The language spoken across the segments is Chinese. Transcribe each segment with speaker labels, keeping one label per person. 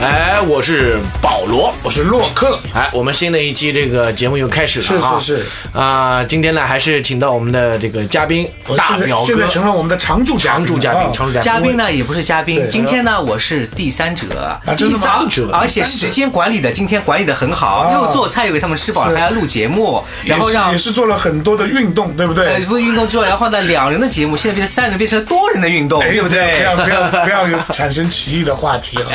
Speaker 1: 哎
Speaker 2: 我是保罗，
Speaker 1: 我是洛克，
Speaker 2: 哎，我们新的一期这个节目又开始
Speaker 1: 是
Speaker 2: 了啊！
Speaker 1: 是是
Speaker 2: 啊、今天呢还是请到我们的这个嘉宾大
Speaker 1: 现在
Speaker 2: 表
Speaker 1: 现在
Speaker 2: 哥
Speaker 1: 成了我们的常驻嘉
Speaker 2: 常
Speaker 1: 宾
Speaker 2: 驻嘉
Speaker 1: 了
Speaker 2: 宾，
Speaker 1: 啊
Speaker 2: 常驻嘉宾，
Speaker 3: 嘉宾呢也不是嘉宾
Speaker 1: 对，啊
Speaker 3: 今天呢我是第三者，
Speaker 1: 真
Speaker 3: 第
Speaker 1: 的吗
Speaker 3: 三
Speaker 2: 第三者
Speaker 3: 而且时间管理的今天管理的很好，
Speaker 1: 啊
Speaker 3: 又做菜又给他们吃饱
Speaker 1: 是
Speaker 3: 了，还要录节目，
Speaker 1: 也
Speaker 3: 然后
Speaker 1: 是
Speaker 3: 让
Speaker 1: 也是做了很多的运动，对不
Speaker 3: 呃
Speaker 2: 哎
Speaker 1: 对？
Speaker 3: 不运动之后，然后呢两人的节目现在变成三人，变成多人的运动，
Speaker 1: 哎
Speaker 3: 对不对？
Speaker 1: 不要不要不要有产生歧义的话题 了，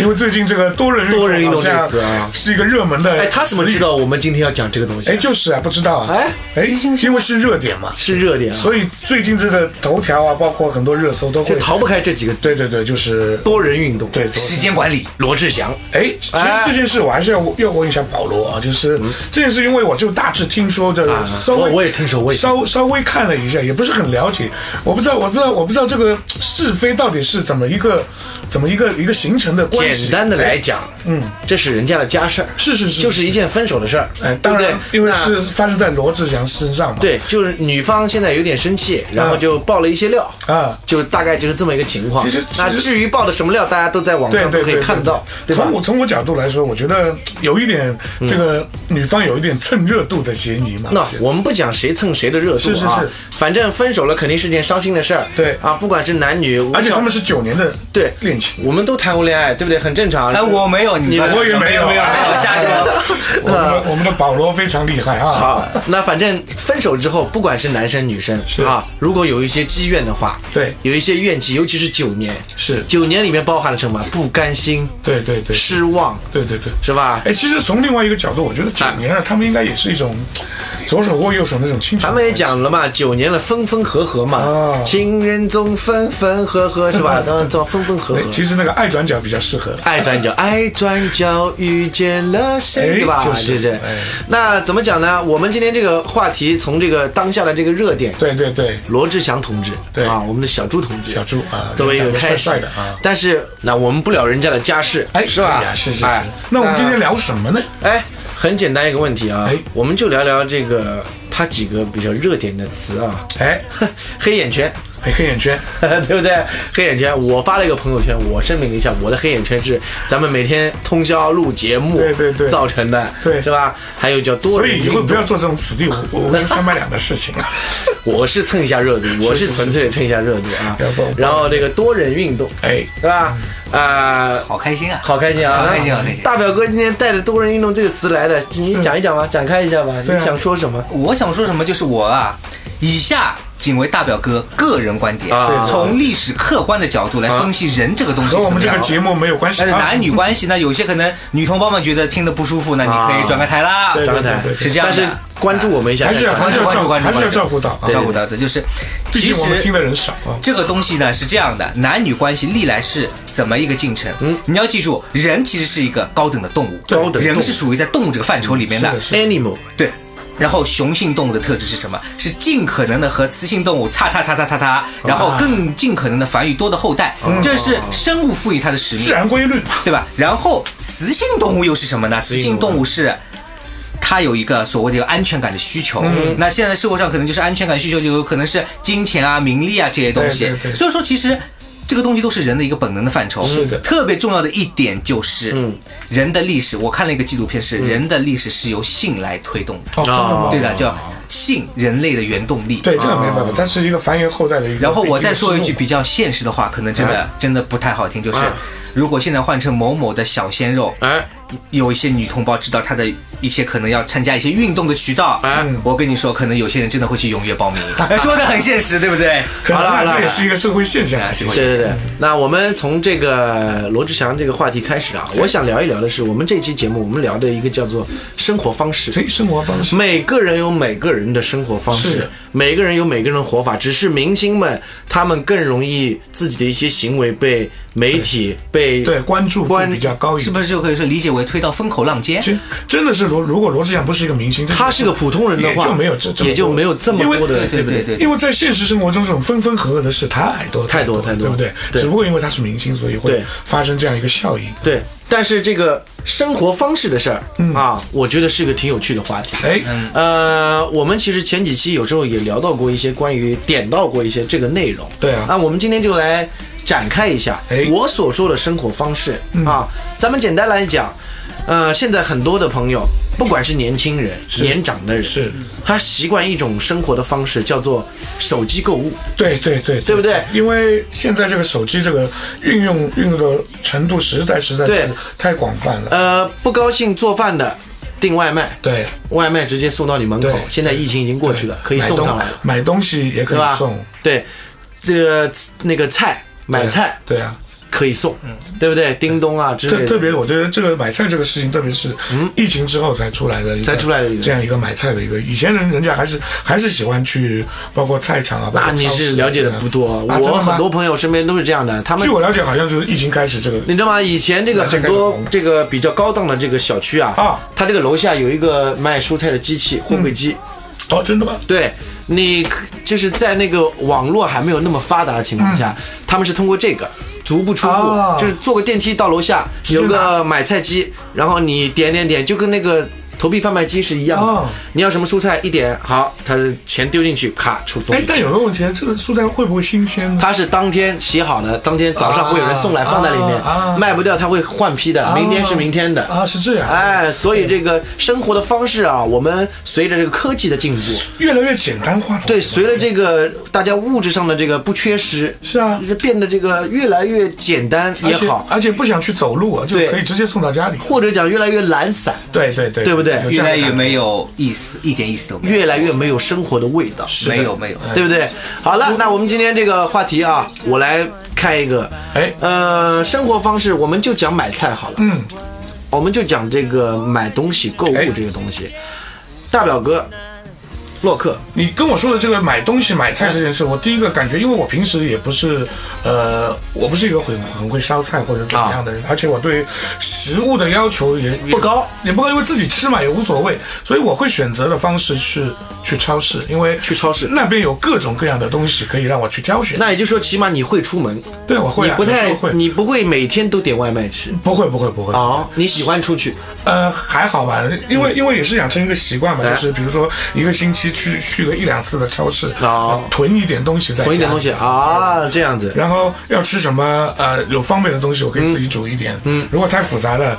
Speaker 1: 因为最近这个多人
Speaker 2: 多人运动
Speaker 1: 好
Speaker 2: 这个
Speaker 1: 像
Speaker 2: 词啊
Speaker 1: 是一个热门的。
Speaker 2: 哎，他怎么知？道我们今天要讲这个东西？
Speaker 1: 哎，就是啊，不知道啊。
Speaker 2: 哎
Speaker 1: 哎，因为是热点嘛，
Speaker 2: 是热点啊，
Speaker 1: 所以最近这个头条啊，包括很多热搜都
Speaker 2: 就
Speaker 1: 会。
Speaker 2: 逃不开这几个字。
Speaker 1: 对对对，就是
Speaker 2: 多人运动，
Speaker 1: 对多
Speaker 3: 时间管理，
Speaker 2: 罗志祥，
Speaker 1: 哎，其实这件事我还是要要问一下保罗啊，就是这件事，因为我就大致听说的，稍微
Speaker 2: 嗯啊我我也听说我也听
Speaker 1: 稍稍微看了一下，也不是很了解，我不知道，我不知道，我不知道这个是非到底是怎么一个怎么一个一个形成的关系。
Speaker 2: 简单的来
Speaker 1: 哎，
Speaker 2: 讲，嗯，这是人家的家事儿，
Speaker 1: 是是是
Speaker 2: 就是一件分手的事儿，
Speaker 1: 哎，
Speaker 2: 对
Speaker 1: 当
Speaker 2: 不
Speaker 1: 然
Speaker 2: 对，？
Speaker 1: 因为
Speaker 2: 那
Speaker 1: 是发生在罗志祥身上嘛。，
Speaker 2: 对，就是女方现在有点生气，然后就爆了一些料
Speaker 1: 啊
Speaker 2: 就是大概就是这么一个情况。
Speaker 1: 嗯其实
Speaker 2: 那
Speaker 1: 其实
Speaker 2: 至于爆的什么料，大家都在网
Speaker 1: 对
Speaker 2: 上
Speaker 1: 对
Speaker 2: 都
Speaker 1: 对
Speaker 2: 可以看到，
Speaker 1: 对
Speaker 2: 对
Speaker 1: 从
Speaker 2: 吧？嗯
Speaker 1: 我从我角度来说，我觉得有一点这个女方有一点蹭热度的嫌疑嘛。
Speaker 2: 那
Speaker 1: 我觉得
Speaker 2: 我们不讲谁蹭谁的热度啊，
Speaker 1: 是是是
Speaker 2: 反正分手了肯定是件伤心的事儿，
Speaker 1: 对
Speaker 2: 啊，不管是男女，
Speaker 1: 而且
Speaker 2: 我
Speaker 1: 他们是九年的
Speaker 2: 对
Speaker 1: 恋情。
Speaker 2: 我们都谈过恋爱，对不对？很正常。
Speaker 3: 哎，我没有，你们
Speaker 1: 我也没有
Speaker 3: 没有，
Speaker 1: 哎
Speaker 3: 没有瞎说。
Speaker 1: 我们的我们的保罗非常厉害啊！
Speaker 2: 好，那反正分手之后，不管是男生女生
Speaker 1: 是
Speaker 2: 啊，如果有一些积怨的话，
Speaker 1: 对
Speaker 2: 有一些怨气，尤其是九年，
Speaker 1: 是
Speaker 2: 九年里面包含了什么？不甘心、
Speaker 1: 对对对，
Speaker 2: 失望，
Speaker 1: 对对对，
Speaker 2: 是吧？
Speaker 1: 哎，其实从另外一个角度，我觉得九年啊了，他们应该也是一种左手握右手那种清爽。
Speaker 2: 咱们也，讲了嘛，九年了，分分合合嘛，
Speaker 1: 哦
Speaker 2: 情人总分分合合是 吧？当然总分分合合
Speaker 1: 哎，。其实那个爱转角比较适合。
Speaker 3: 哎
Speaker 2: 爱转角，爱转角遇见了
Speaker 1: 哎
Speaker 2: 谁，对吧？
Speaker 1: 就
Speaker 2: 对
Speaker 1: 是
Speaker 2: 不对
Speaker 1: 哎？
Speaker 2: 那怎么讲呢？我们今天这个话题，从这个当下的这个热点，
Speaker 1: 对对对，
Speaker 2: 罗志祥同志，
Speaker 1: 对
Speaker 2: 啊，我们的小朱同志，
Speaker 1: 小朱啊
Speaker 2: 作为一个
Speaker 1: 长得
Speaker 2: 开始，
Speaker 1: 帅帅的啊
Speaker 2: 但是那我们不聊人家的家事，
Speaker 1: 哎，
Speaker 2: 是吧
Speaker 1: 对呀？是是是
Speaker 2: 哎。
Speaker 1: 那我们今天聊什么呢？
Speaker 2: 哎，很简单一个问题啊
Speaker 1: 哎，
Speaker 2: 我们就聊聊这个他几个比较热点的词啊，
Speaker 1: 哎，
Speaker 2: 黑眼圈，
Speaker 1: 黑黑眼圈，
Speaker 2: 对不对？黑眼圈，我发了一个朋友圈，我声明一下，我的黑眼圈是咱们每天通宵录节目，
Speaker 1: 对对对
Speaker 2: 造成的，
Speaker 1: 对
Speaker 2: 是吧？还有叫多
Speaker 1: 所
Speaker 2: 人
Speaker 1: 以以
Speaker 2: 运
Speaker 1: 后不
Speaker 2: 动，
Speaker 1: 要做这种此地 无无银三百两的事情了。
Speaker 2: 我是蹭一下热度，我是纯粹蹭一下热度啊
Speaker 1: 是是是。
Speaker 2: 然后这个多人运动，
Speaker 1: 哎，
Speaker 2: 是吧？啊。
Speaker 3: 好开心啊！
Speaker 2: 好开心啊！
Speaker 3: 嗯好开心好开心
Speaker 2: 大表哥今天带着“多人运动”这个词来的，你
Speaker 1: 是
Speaker 2: 讲一讲吧，展开一下吧，
Speaker 1: 对啊
Speaker 2: 你想说什么？
Speaker 3: 我想说什么就是我啊，以下仅为大表哥个人观点
Speaker 2: 啊，
Speaker 3: 从历史客观的角度来分析人这个东西
Speaker 1: 和我们这个
Speaker 3: 怎么样
Speaker 1: 节目没有关系
Speaker 3: 但是
Speaker 1: 啊
Speaker 3: 哎男。女关系呢，有些可能女同胞们觉得听得不舒服，那你可以转个台啦，
Speaker 1: 对
Speaker 2: 展
Speaker 1: 对
Speaker 2: 开台
Speaker 1: 对
Speaker 3: 是这样
Speaker 2: 但
Speaker 3: 的
Speaker 2: 是关注我们一下，
Speaker 1: 还是要
Speaker 2: 展开
Speaker 1: 还
Speaker 3: 关
Speaker 1: 是要
Speaker 3: 注关
Speaker 1: 照
Speaker 3: 注
Speaker 1: 顾，
Speaker 3: 关注，
Speaker 1: 还是要照顾到啊
Speaker 3: 照顾到的，就是
Speaker 1: 毕
Speaker 3: 其
Speaker 1: 竟我们听
Speaker 3: 实。
Speaker 1: 的人少啊。
Speaker 3: 这个东西呢是这样的，男女关系历来是怎么一个进程？嗯，你要记住，人其实是一个高等的动物，
Speaker 2: 高等动物
Speaker 3: 人是属于在动物这个范畴里面的，
Speaker 1: 是的是
Speaker 2: animal
Speaker 3: 对。然后雄性动物的特质是什么？是尽可能的和雌性动物叉叉叉叉叉叉，然后更尽可能的繁育多的后代，这是生物赋予它的使命
Speaker 1: 自。然规律嘛，
Speaker 3: 对吧？然后雌性动物又是什么呢？雌
Speaker 2: 性
Speaker 3: 性
Speaker 2: 动物
Speaker 3: 动物是。它有一个所谓的一个安全感的需求，
Speaker 1: 嗯
Speaker 3: 那现在社会上可能就是安全感需求，就有可能是金钱啊、名利啊这些东西。
Speaker 1: 对对对
Speaker 3: 所以说，其实这个东西都是人的一个本能的范畴。
Speaker 1: 是的
Speaker 3: 特别重要的一点就是，人的历史，我看了一个纪录片是，人的历史是由性来推动的。
Speaker 1: 嗯哦，真的吗？
Speaker 3: 对的，叫性，人类的原动力。
Speaker 1: 对，这个没办法，它是一个繁衍后代的一个。
Speaker 3: 哦然后我再说一句
Speaker 1: 个思
Speaker 3: 比较现实的话，可能真的、
Speaker 1: 哎
Speaker 3: 真的不太好听，就是、
Speaker 1: 嗯
Speaker 2: 哎
Speaker 3: 如果现在换成某某的小鲜肉，
Speaker 2: 哎，
Speaker 3: 有一些女同胞知道她的一些可能要参加一些运动的渠道，
Speaker 2: 哎
Speaker 3: 我跟你说，可能有些人真的会去踊跃报名，说的很现实，对不对？
Speaker 1: 路，可能
Speaker 2: 好
Speaker 1: 啊
Speaker 2: 了哎
Speaker 1: 这也是一个社会现象。
Speaker 3: 啊
Speaker 1: 其
Speaker 3: 是
Speaker 1: 实
Speaker 3: 吗
Speaker 2: 对对对，那我们从这个罗志祥这个话题开始啊，我想聊一聊的是，我们这期节目我们聊的一个叫做生活方式。
Speaker 1: 所以生活方式
Speaker 2: 每个人有每个人的生活方
Speaker 1: 是
Speaker 2: 式
Speaker 1: 的，
Speaker 2: 每个人有每个人的活法，只是明星们他们更容易自己的一些行为被媒体被
Speaker 1: 对关注度
Speaker 2: 关
Speaker 1: 比较高一
Speaker 3: 是
Speaker 1: 点。
Speaker 3: 不是就可以说理解为推到风口浪尖？
Speaker 1: 其实真的是罗，如果罗志祥不是一个明星，真的
Speaker 2: 他是个普通人的
Speaker 1: 也
Speaker 2: 话，
Speaker 1: 就没有这这么多
Speaker 2: 也就没有这么
Speaker 1: 因为
Speaker 2: 多的，
Speaker 3: 对对
Speaker 2: 不
Speaker 3: 对对
Speaker 1: 因为在现实生活中，这种分分合合的事太多
Speaker 2: 太多
Speaker 1: 多
Speaker 2: 太多
Speaker 1: 对不对？
Speaker 2: 对
Speaker 1: 只不过因为他是明星，所以会
Speaker 2: 对
Speaker 1: 发生这样一个效应。
Speaker 2: 对，但是这个生活方式的事儿、
Speaker 1: 嗯
Speaker 2: 啊，我觉得是个挺有趣的话题。
Speaker 1: 哎，
Speaker 2: 呃，我们其实前几期有时候也聊到过一些关于点到过一些这个内容。
Speaker 1: 对啊
Speaker 2: 那我们今天就来展开一下
Speaker 1: 哎嗯
Speaker 2: 我所说的生活方式啊。咱们简单来讲，呃，现在很多的朋友，不管是年轻人、年长的人，
Speaker 1: 是
Speaker 2: 他习惯一种生活的方式，叫做手机购物。
Speaker 1: 对对对，
Speaker 2: 对不对
Speaker 1: 因为现在这个手机这个运用运用的程度实在实在
Speaker 2: 对
Speaker 1: 是太广泛了。
Speaker 2: 呃，不高兴做饭的订外卖，
Speaker 1: 对，
Speaker 2: 外卖直接送到你门口
Speaker 1: 对。
Speaker 2: 现在疫情已经过去了，可以
Speaker 1: 买
Speaker 2: 送
Speaker 1: 东
Speaker 2: 上来了，
Speaker 1: 买东西也可
Speaker 2: 对吧
Speaker 1: 以送，？
Speaker 2: 对，这个那个菜买菜
Speaker 1: 对啊。
Speaker 2: 可以送，对不对？叮咚啊之
Speaker 1: 特
Speaker 2: 类
Speaker 1: 特
Speaker 2: 的。
Speaker 1: 别，我觉得这个买菜这个事情，特别是疫情之后才出来的一个，
Speaker 2: 才出来的一个
Speaker 1: 这样一个买菜的一个，以前人人家还是还是喜欢去，包括菜场啊，包
Speaker 2: 那
Speaker 1: 括
Speaker 2: 你
Speaker 1: 超市
Speaker 2: 是
Speaker 1: 啊
Speaker 2: 了解的
Speaker 1: 这样
Speaker 2: 不多，
Speaker 1: 啊真的
Speaker 2: 我
Speaker 1: 吗
Speaker 2: 很多朋友身边都是这样的，他们
Speaker 1: 据我了解，好像就是疫情开始这个
Speaker 2: 你知道吗？以前这个很多
Speaker 1: 那
Speaker 2: 这个比较高档的这个小区啊，
Speaker 1: 啊
Speaker 2: 它这个楼下有一个卖蔬菜的机器，货柜机。
Speaker 1: 哦，真的吗？
Speaker 2: 对你可就是在那个网络还没有那么发达的情况下，他们是通过这个足不出户，
Speaker 1: 嗯哦
Speaker 2: 就是坐个电梯到楼下
Speaker 1: 直接
Speaker 2: 有个买菜机，然后你点点点，就跟那个。投币贩卖机是一样的，
Speaker 1: 哦
Speaker 2: 你要什么蔬菜一点，好，他钱丢进去，咔出东
Speaker 1: 哎
Speaker 2: 西，。
Speaker 1: 但有个问题，这个蔬菜会不会新鲜呢？
Speaker 2: 它是当天写好的，当天早上会有人送来放在里面，
Speaker 1: 啊啊哦
Speaker 2: 卖不掉它会换批的，明天是明天的。
Speaker 1: 啊，是这样，
Speaker 2: 哎，所以这个生活的方式啊，我们随着这个科技的进步，
Speaker 1: 越来越简单化了。
Speaker 2: 对，随着这个大家物质上的这个不缺失，
Speaker 1: 是啊
Speaker 2: 就是变得这个越来越简单也
Speaker 1: 而且
Speaker 2: 好，
Speaker 1: 而且不想去走路啊，就
Speaker 2: 对
Speaker 1: 可以直接送到家里。
Speaker 2: 或者讲越来越懒散，
Speaker 1: 对对对，
Speaker 2: 对不对
Speaker 1: 有这
Speaker 3: 越
Speaker 1: 样的
Speaker 3: 来越
Speaker 1: 感觉
Speaker 3: 没有意思，一点意思都没有，
Speaker 2: 越来越没有生活的哎味道，
Speaker 1: 的
Speaker 3: 没有没有。
Speaker 2: 对不对？好了，那我们今天这个话题啊，我来开一个，
Speaker 1: 哎
Speaker 2: 呃，生活方式，我们就讲买菜好了，
Speaker 1: 嗯，
Speaker 2: 我们就讲这个买东西、购物
Speaker 1: 哎
Speaker 2: 这个东西。大表哥，洛克，
Speaker 1: 你跟我说的这个买东西买菜这件事，我第一个感觉，因为我平时也不是，呃，我不是一个很很会烧菜或者怎么样的人，而且我对食物的要求也也
Speaker 2: 不高，
Speaker 1: 也不高，因为自己吃嘛也无所谓，所以我会选择的方式是去超市，因为
Speaker 2: 去超市
Speaker 1: 那边有各种各样的东西可以让我去挑选。
Speaker 2: 那也就是说，起码你会出门，
Speaker 1: 对我会
Speaker 2: 你
Speaker 1: 啊
Speaker 2: 不
Speaker 1: 有
Speaker 2: 太
Speaker 1: 时候，会啊
Speaker 2: 你不会每天都点外卖吃。
Speaker 1: 不会不会不会，
Speaker 2: 哦，你喜欢出去，
Speaker 1: 呃，还好吧，因
Speaker 2: 嗯
Speaker 1: 为因为也是养成一个习惯嘛，
Speaker 2: 哎
Speaker 1: 就是比如说一个星期去去个一两次的超市，呃
Speaker 2: 哦
Speaker 1: 囤一点东西在家，
Speaker 2: 囤一点东西啊，这样子。
Speaker 1: 然后要吃什么，呃，有方便的东西我可以自己煮一点。嗯，如果太复杂了，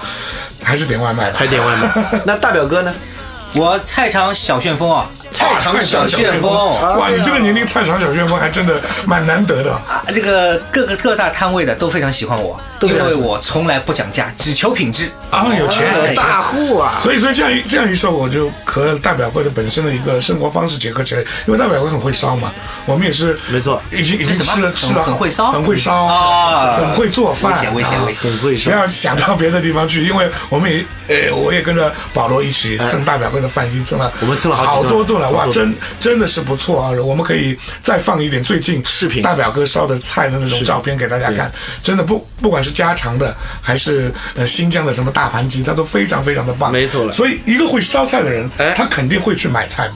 Speaker 1: 还是点外卖吧。
Speaker 2: 还点外 卖，那大表哥呢？
Speaker 3: 我菜场小旋风啊，菜
Speaker 1: 哇
Speaker 3: 场小旋
Speaker 1: 旋
Speaker 3: 风。
Speaker 1: 哇，你这个年龄菜场小旋风还真的蛮难得的。
Speaker 3: 啊，这个各个各大摊位的都非常喜欢我，因为我从来不讲价，只求品质。
Speaker 1: 啊，有钱
Speaker 3: 哎
Speaker 1: 有大。
Speaker 2: 大户啊，
Speaker 1: 所以说这样一这样一说，我就和大表哥的本身的一个生活方式结合起来，因为大表哥很会烧嘛，我们也是
Speaker 2: 没错
Speaker 1: 已经已经
Speaker 3: 是什么
Speaker 1: 吃了吃了
Speaker 3: 很会烧
Speaker 1: 很会烧
Speaker 3: 啊
Speaker 1: 很会做饭，
Speaker 3: 危险危险
Speaker 1: 啊
Speaker 3: 危险
Speaker 2: 很会
Speaker 1: 不
Speaker 2: 说。
Speaker 1: 要想到别的地方去，因为我们也，呃，我也跟着保罗一起蹭大表哥的饭，已经蹭了，
Speaker 2: 我们蹭了好
Speaker 1: 好
Speaker 2: 几顿
Speaker 1: 多顿了，
Speaker 2: 好
Speaker 1: 哇，
Speaker 2: 多顿
Speaker 1: 真真的是不错啊！我们可以再放一点最近
Speaker 2: 视频
Speaker 1: 大表哥烧的菜的那种照片给大家看，真的不不管是家常的还是呃新疆的什么大盘鸡，它都非常非常的棒，
Speaker 2: 没错了
Speaker 1: 啊所以一个会烧菜的人
Speaker 2: 哎，
Speaker 1: 他肯定会去买菜嘛，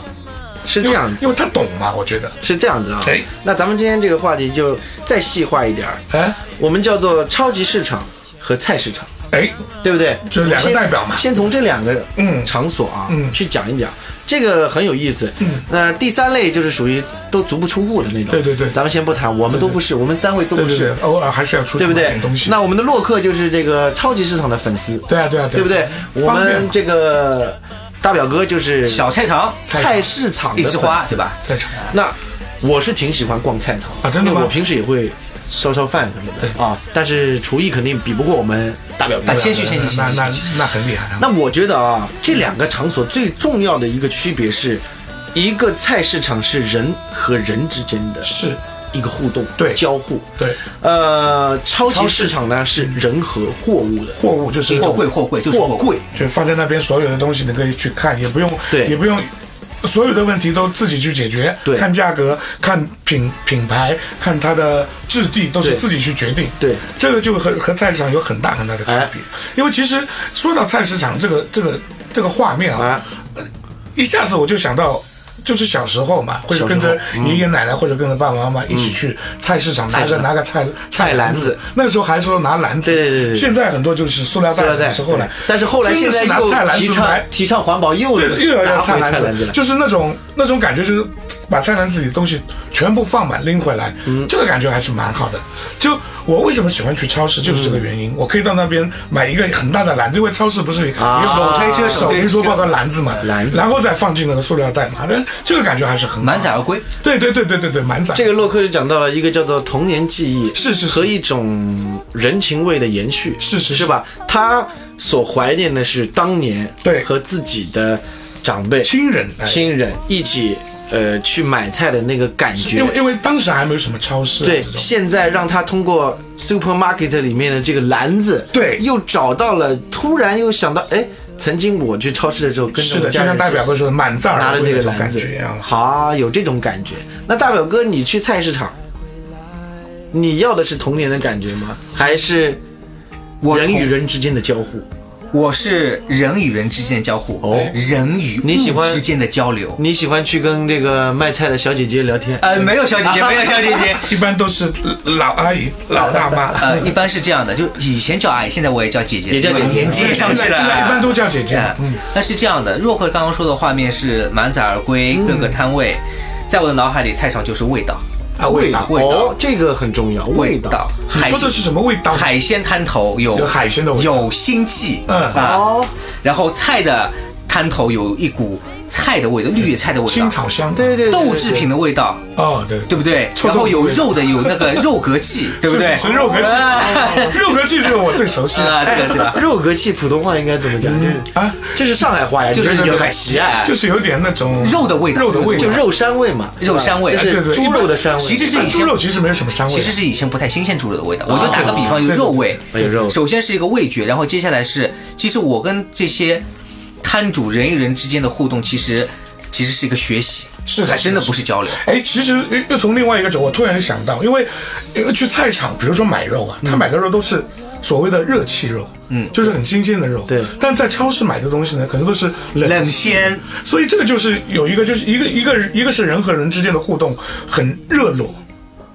Speaker 2: 是
Speaker 1: 因为
Speaker 2: 这样子，
Speaker 1: 因为他懂嘛，我觉得，
Speaker 2: 是这样子啊
Speaker 1: 哎。
Speaker 2: 那咱们今天这个话题就再细化一点儿，
Speaker 1: 哎
Speaker 2: 我们叫做超级市场和菜市场，
Speaker 1: 哎，
Speaker 2: 对不对？
Speaker 1: 就是两个
Speaker 2: 先
Speaker 1: 代表嘛
Speaker 2: 先从这两个
Speaker 1: 嗯
Speaker 2: 场所啊，
Speaker 1: 嗯
Speaker 2: 去讲一讲，这个很有意思。那第三类就是属于都足不出户的那种。
Speaker 1: 对对对
Speaker 2: 咱们先不谈，我们都不是，我们三位都
Speaker 1: 对
Speaker 2: 不
Speaker 1: 对对
Speaker 2: 是，，
Speaker 1: 偶尔还是要出去
Speaker 2: 对不
Speaker 1: 买
Speaker 2: 对
Speaker 1: 点东？西。
Speaker 2: 那我们的洛克就是这个超级市场的粉丝。
Speaker 1: 对啊对啊
Speaker 2: 对不对？我
Speaker 1: 方便
Speaker 2: 们
Speaker 1: 嘛
Speaker 2: 这个大表哥就是
Speaker 3: 小菜场，
Speaker 2: 菜市场的
Speaker 3: 一枝花，
Speaker 2: 粉丝
Speaker 3: 对？吧？
Speaker 1: 在场。
Speaker 2: 那我是挺喜欢逛菜场
Speaker 1: 啊真的吗
Speaker 2: 因为我平时也会烧烧饭什么的啊，但是厨艺肯定比不过我们大表哥
Speaker 3: 啊。谦虚谦虚谦虚
Speaker 1: 那那
Speaker 3: 谦虚
Speaker 1: 那很厉害啊。
Speaker 2: 那我觉得啊，这两个场所最重要的一个区别是，一个菜市场是人和人之间的
Speaker 1: 是
Speaker 2: 一个互动，
Speaker 1: 对
Speaker 2: 交互，
Speaker 1: 对
Speaker 2: 呃，超级市场呢是人和货物的
Speaker 1: 货物就是
Speaker 3: 货柜，货柜就是
Speaker 2: 货柜，
Speaker 1: 就放在那边，所有的东西你可以去看，也不用
Speaker 2: 对
Speaker 1: 也不用。所有的问题都自己去解决，
Speaker 2: 对
Speaker 1: 看价格、看品品牌、看它的质地，都是
Speaker 2: 对
Speaker 1: 自己去决定。
Speaker 2: 对，
Speaker 1: 这个就和和菜市场有很大很大的区
Speaker 2: 哎
Speaker 1: 别。因为其实说到菜市场这个这个这个画面啊，
Speaker 2: 啊。
Speaker 1: 一下子我就想到，就是小时候嘛，或者跟着爷爷奶奶或者跟着爸爸妈妈一起去菜市场拿
Speaker 2: 嗯市
Speaker 1: 个
Speaker 2: 场
Speaker 1: 拿个菜
Speaker 2: 菜篮子
Speaker 1: 子，那时候还说拿篮子，
Speaker 2: 对对对对
Speaker 1: 现在很多就是塑料
Speaker 2: 塑
Speaker 1: 袋，
Speaker 2: 料袋
Speaker 1: 是后来
Speaker 2: 对，但是后来
Speaker 1: 真
Speaker 2: 现
Speaker 1: 的
Speaker 2: 在
Speaker 1: 是拿
Speaker 2: 又
Speaker 1: 菜篮
Speaker 2: 提
Speaker 1: 子
Speaker 2: 倡
Speaker 1: 来。
Speaker 2: 提倡环保，又
Speaker 1: 对，又要
Speaker 2: 拿
Speaker 1: 要
Speaker 2: 回
Speaker 1: 菜
Speaker 2: 菜
Speaker 1: 篮
Speaker 2: 篮子
Speaker 1: 子，
Speaker 2: 了。
Speaker 1: 就是那种那种感觉，就是把菜单自己的东西全部放满拎回来，
Speaker 2: 嗯
Speaker 1: 这个感觉还是蛮好的。就我为什么喜欢去超市，就是这
Speaker 2: 嗯
Speaker 1: 个原因。我可以到那边买一个很大的篮子，因为超市不是有
Speaker 2: 啊
Speaker 1: 手
Speaker 3: 推车手
Speaker 1: 手
Speaker 3: 推
Speaker 1: 推
Speaker 3: 车
Speaker 1: 车包个篮子嘛，
Speaker 2: 篮子
Speaker 1: 然后再放进那个塑料袋嘛，这这个感觉还是很好
Speaker 3: 满载而归。
Speaker 1: 对对对对对对，满载。
Speaker 2: 这个洛克就讲到了一个叫做童年记忆，
Speaker 1: 是是是
Speaker 2: 和一种人情味的延续，
Speaker 1: 是是是
Speaker 2: 是吧？他所怀念的是当年
Speaker 1: 对
Speaker 2: 和自己的长辈、
Speaker 1: 亲人，哎
Speaker 2: 亲人一起呃去买菜的那个感觉
Speaker 1: 因。为因为当时还没有什么超市啊，
Speaker 2: 对
Speaker 1: 这，种
Speaker 2: 现在让他通过 supermarket 里面的这个篮子，
Speaker 1: 对
Speaker 2: 又找到了，突然又想到，哎，曾经我去超市的时候跟着
Speaker 1: 是
Speaker 2: 我
Speaker 1: 的，就
Speaker 2: 家人
Speaker 1: 像大表哥说的，满载
Speaker 2: 拿
Speaker 1: 而
Speaker 2: 着
Speaker 1: 归
Speaker 2: 这
Speaker 1: 的
Speaker 2: 个
Speaker 1: 种
Speaker 2: 篮
Speaker 1: 感
Speaker 2: 子
Speaker 1: 觉啊，
Speaker 2: 好，有这种感觉。那大表哥，你去菜市场，你要的是童年的感觉吗？还是
Speaker 3: 我
Speaker 2: 人
Speaker 3: 同
Speaker 2: 与人之间的交互？
Speaker 3: 我是人与人之间的交互，
Speaker 2: 哦
Speaker 3: 人与
Speaker 2: 你喜欢
Speaker 3: 物之间的交流。
Speaker 2: 你喜欢去跟这个卖菜的小姐姐聊天？
Speaker 3: 呃，没有小姐 姐，没有小姐姐。
Speaker 1: 一般都是老阿姨、老大妈。
Speaker 3: 呃，一般是这样的，就以前叫阿姨，现在我也叫姐姐，
Speaker 2: 也叫姐姐
Speaker 3: 因为年纪也上去
Speaker 1: 现在现在
Speaker 3: 了，
Speaker 1: 一般都叫姐姐
Speaker 3: 哎
Speaker 1: 嗯
Speaker 3: 那是这样的，若克刚刚说的画面是满载而归，各个摊位，在我的脑海里，菜场就是味道，
Speaker 1: 嗯啊，味道，
Speaker 3: 味道
Speaker 2: 哦，这个很重要，味
Speaker 3: 道
Speaker 2: 道。，
Speaker 1: 你
Speaker 3: 海
Speaker 1: 说的
Speaker 3: 鲜
Speaker 1: 是什么味道？
Speaker 3: 海鲜摊头有
Speaker 1: 有海鲜的味道
Speaker 3: 有腥气，
Speaker 1: 嗯
Speaker 3: 啊
Speaker 2: 哦，
Speaker 3: 然后菜的摊头有一股菜的味道，绿叶菜的味
Speaker 1: 青
Speaker 3: 道，
Speaker 1: 草香，
Speaker 2: 对对对，
Speaker 3: 豆制品
Speaker 2: 的
Speaker 3: 的味道，
Speaker 1: 哦，对
Speaker 3: 对不对？
Speaker 1: 臭
Speaker 3: 然
Speaker 1: 豆腐
Speaker 3: 后有
Speaker 1: 味道
Speaker 3: 肉的，有那个肉嗝气，对不
Speaker 1: 是
Speaker 3: 对？
Speaker 1: 是是肉格器
Speaker 3: 啊，
Speaker 1: 肉格器这个我最熟悉了，
Speaker 3: 啊，这个对吧？
Speaker 2: 哎
Speaker 3: 嗯
Speaker 2: 肉格器，普通话应该怎么讲？就是
Speaker 1: 啊，
Speaker 2: 这是上海话呀，
Speaker 3: 就是
Speaker 2: 你
Speaker 3: 那
Speaker 2: 有
Speaker 3: 个
Speaker 2: 海奇啊，
Speaker 1: 就是有点那种
Speaker 3: 呃肉的味道
Speaker 1: 肉的味道
Speaker 2: 就。肉膻味嘛，
Speaker 3: 肉膻味
Speaker 2: 是吧
Speaker 3: 哎
Speaker 2: 就
Speaker 1: 对
Speaker 2: 是
Speaker 1: 对
Speaker 2: 猪肉的膻味。
Speaker 3: 其实是以前
Speaker 1: 猪肉其实没有什么香味，
Speaker 3: 其实是以前不太新鲜猪肉的味道。我就打个比方，有肉味，
Speaker 2: 对对对有肉
Speaker 3: 首先是一个味觉，然后接下来是，其实我跟这些摊主人与人之间的互动，其实其实是一个学习，
Speaker 1: 是的
Speaker 3: 还真的
Speaker 1: 是的
Speaker 3: 不是交流。
Speaker 1: 哎，其实又又从另外一个角度，我突然想到，因为因为去菜场，比如说买肉啊，他买的肉都是所谓的热气肉，嗯，就是很新鲜的肉。
Speaker 2: 对
Speaker 1: 但在超市买的东西呢，可能都是
Speaker 3: 冷
Speaker 1: 冷
Speaker 3: 鲜，
Speaker 1: 所以这个就是有一个就是一个一个一个是人和人之间的互动很热络。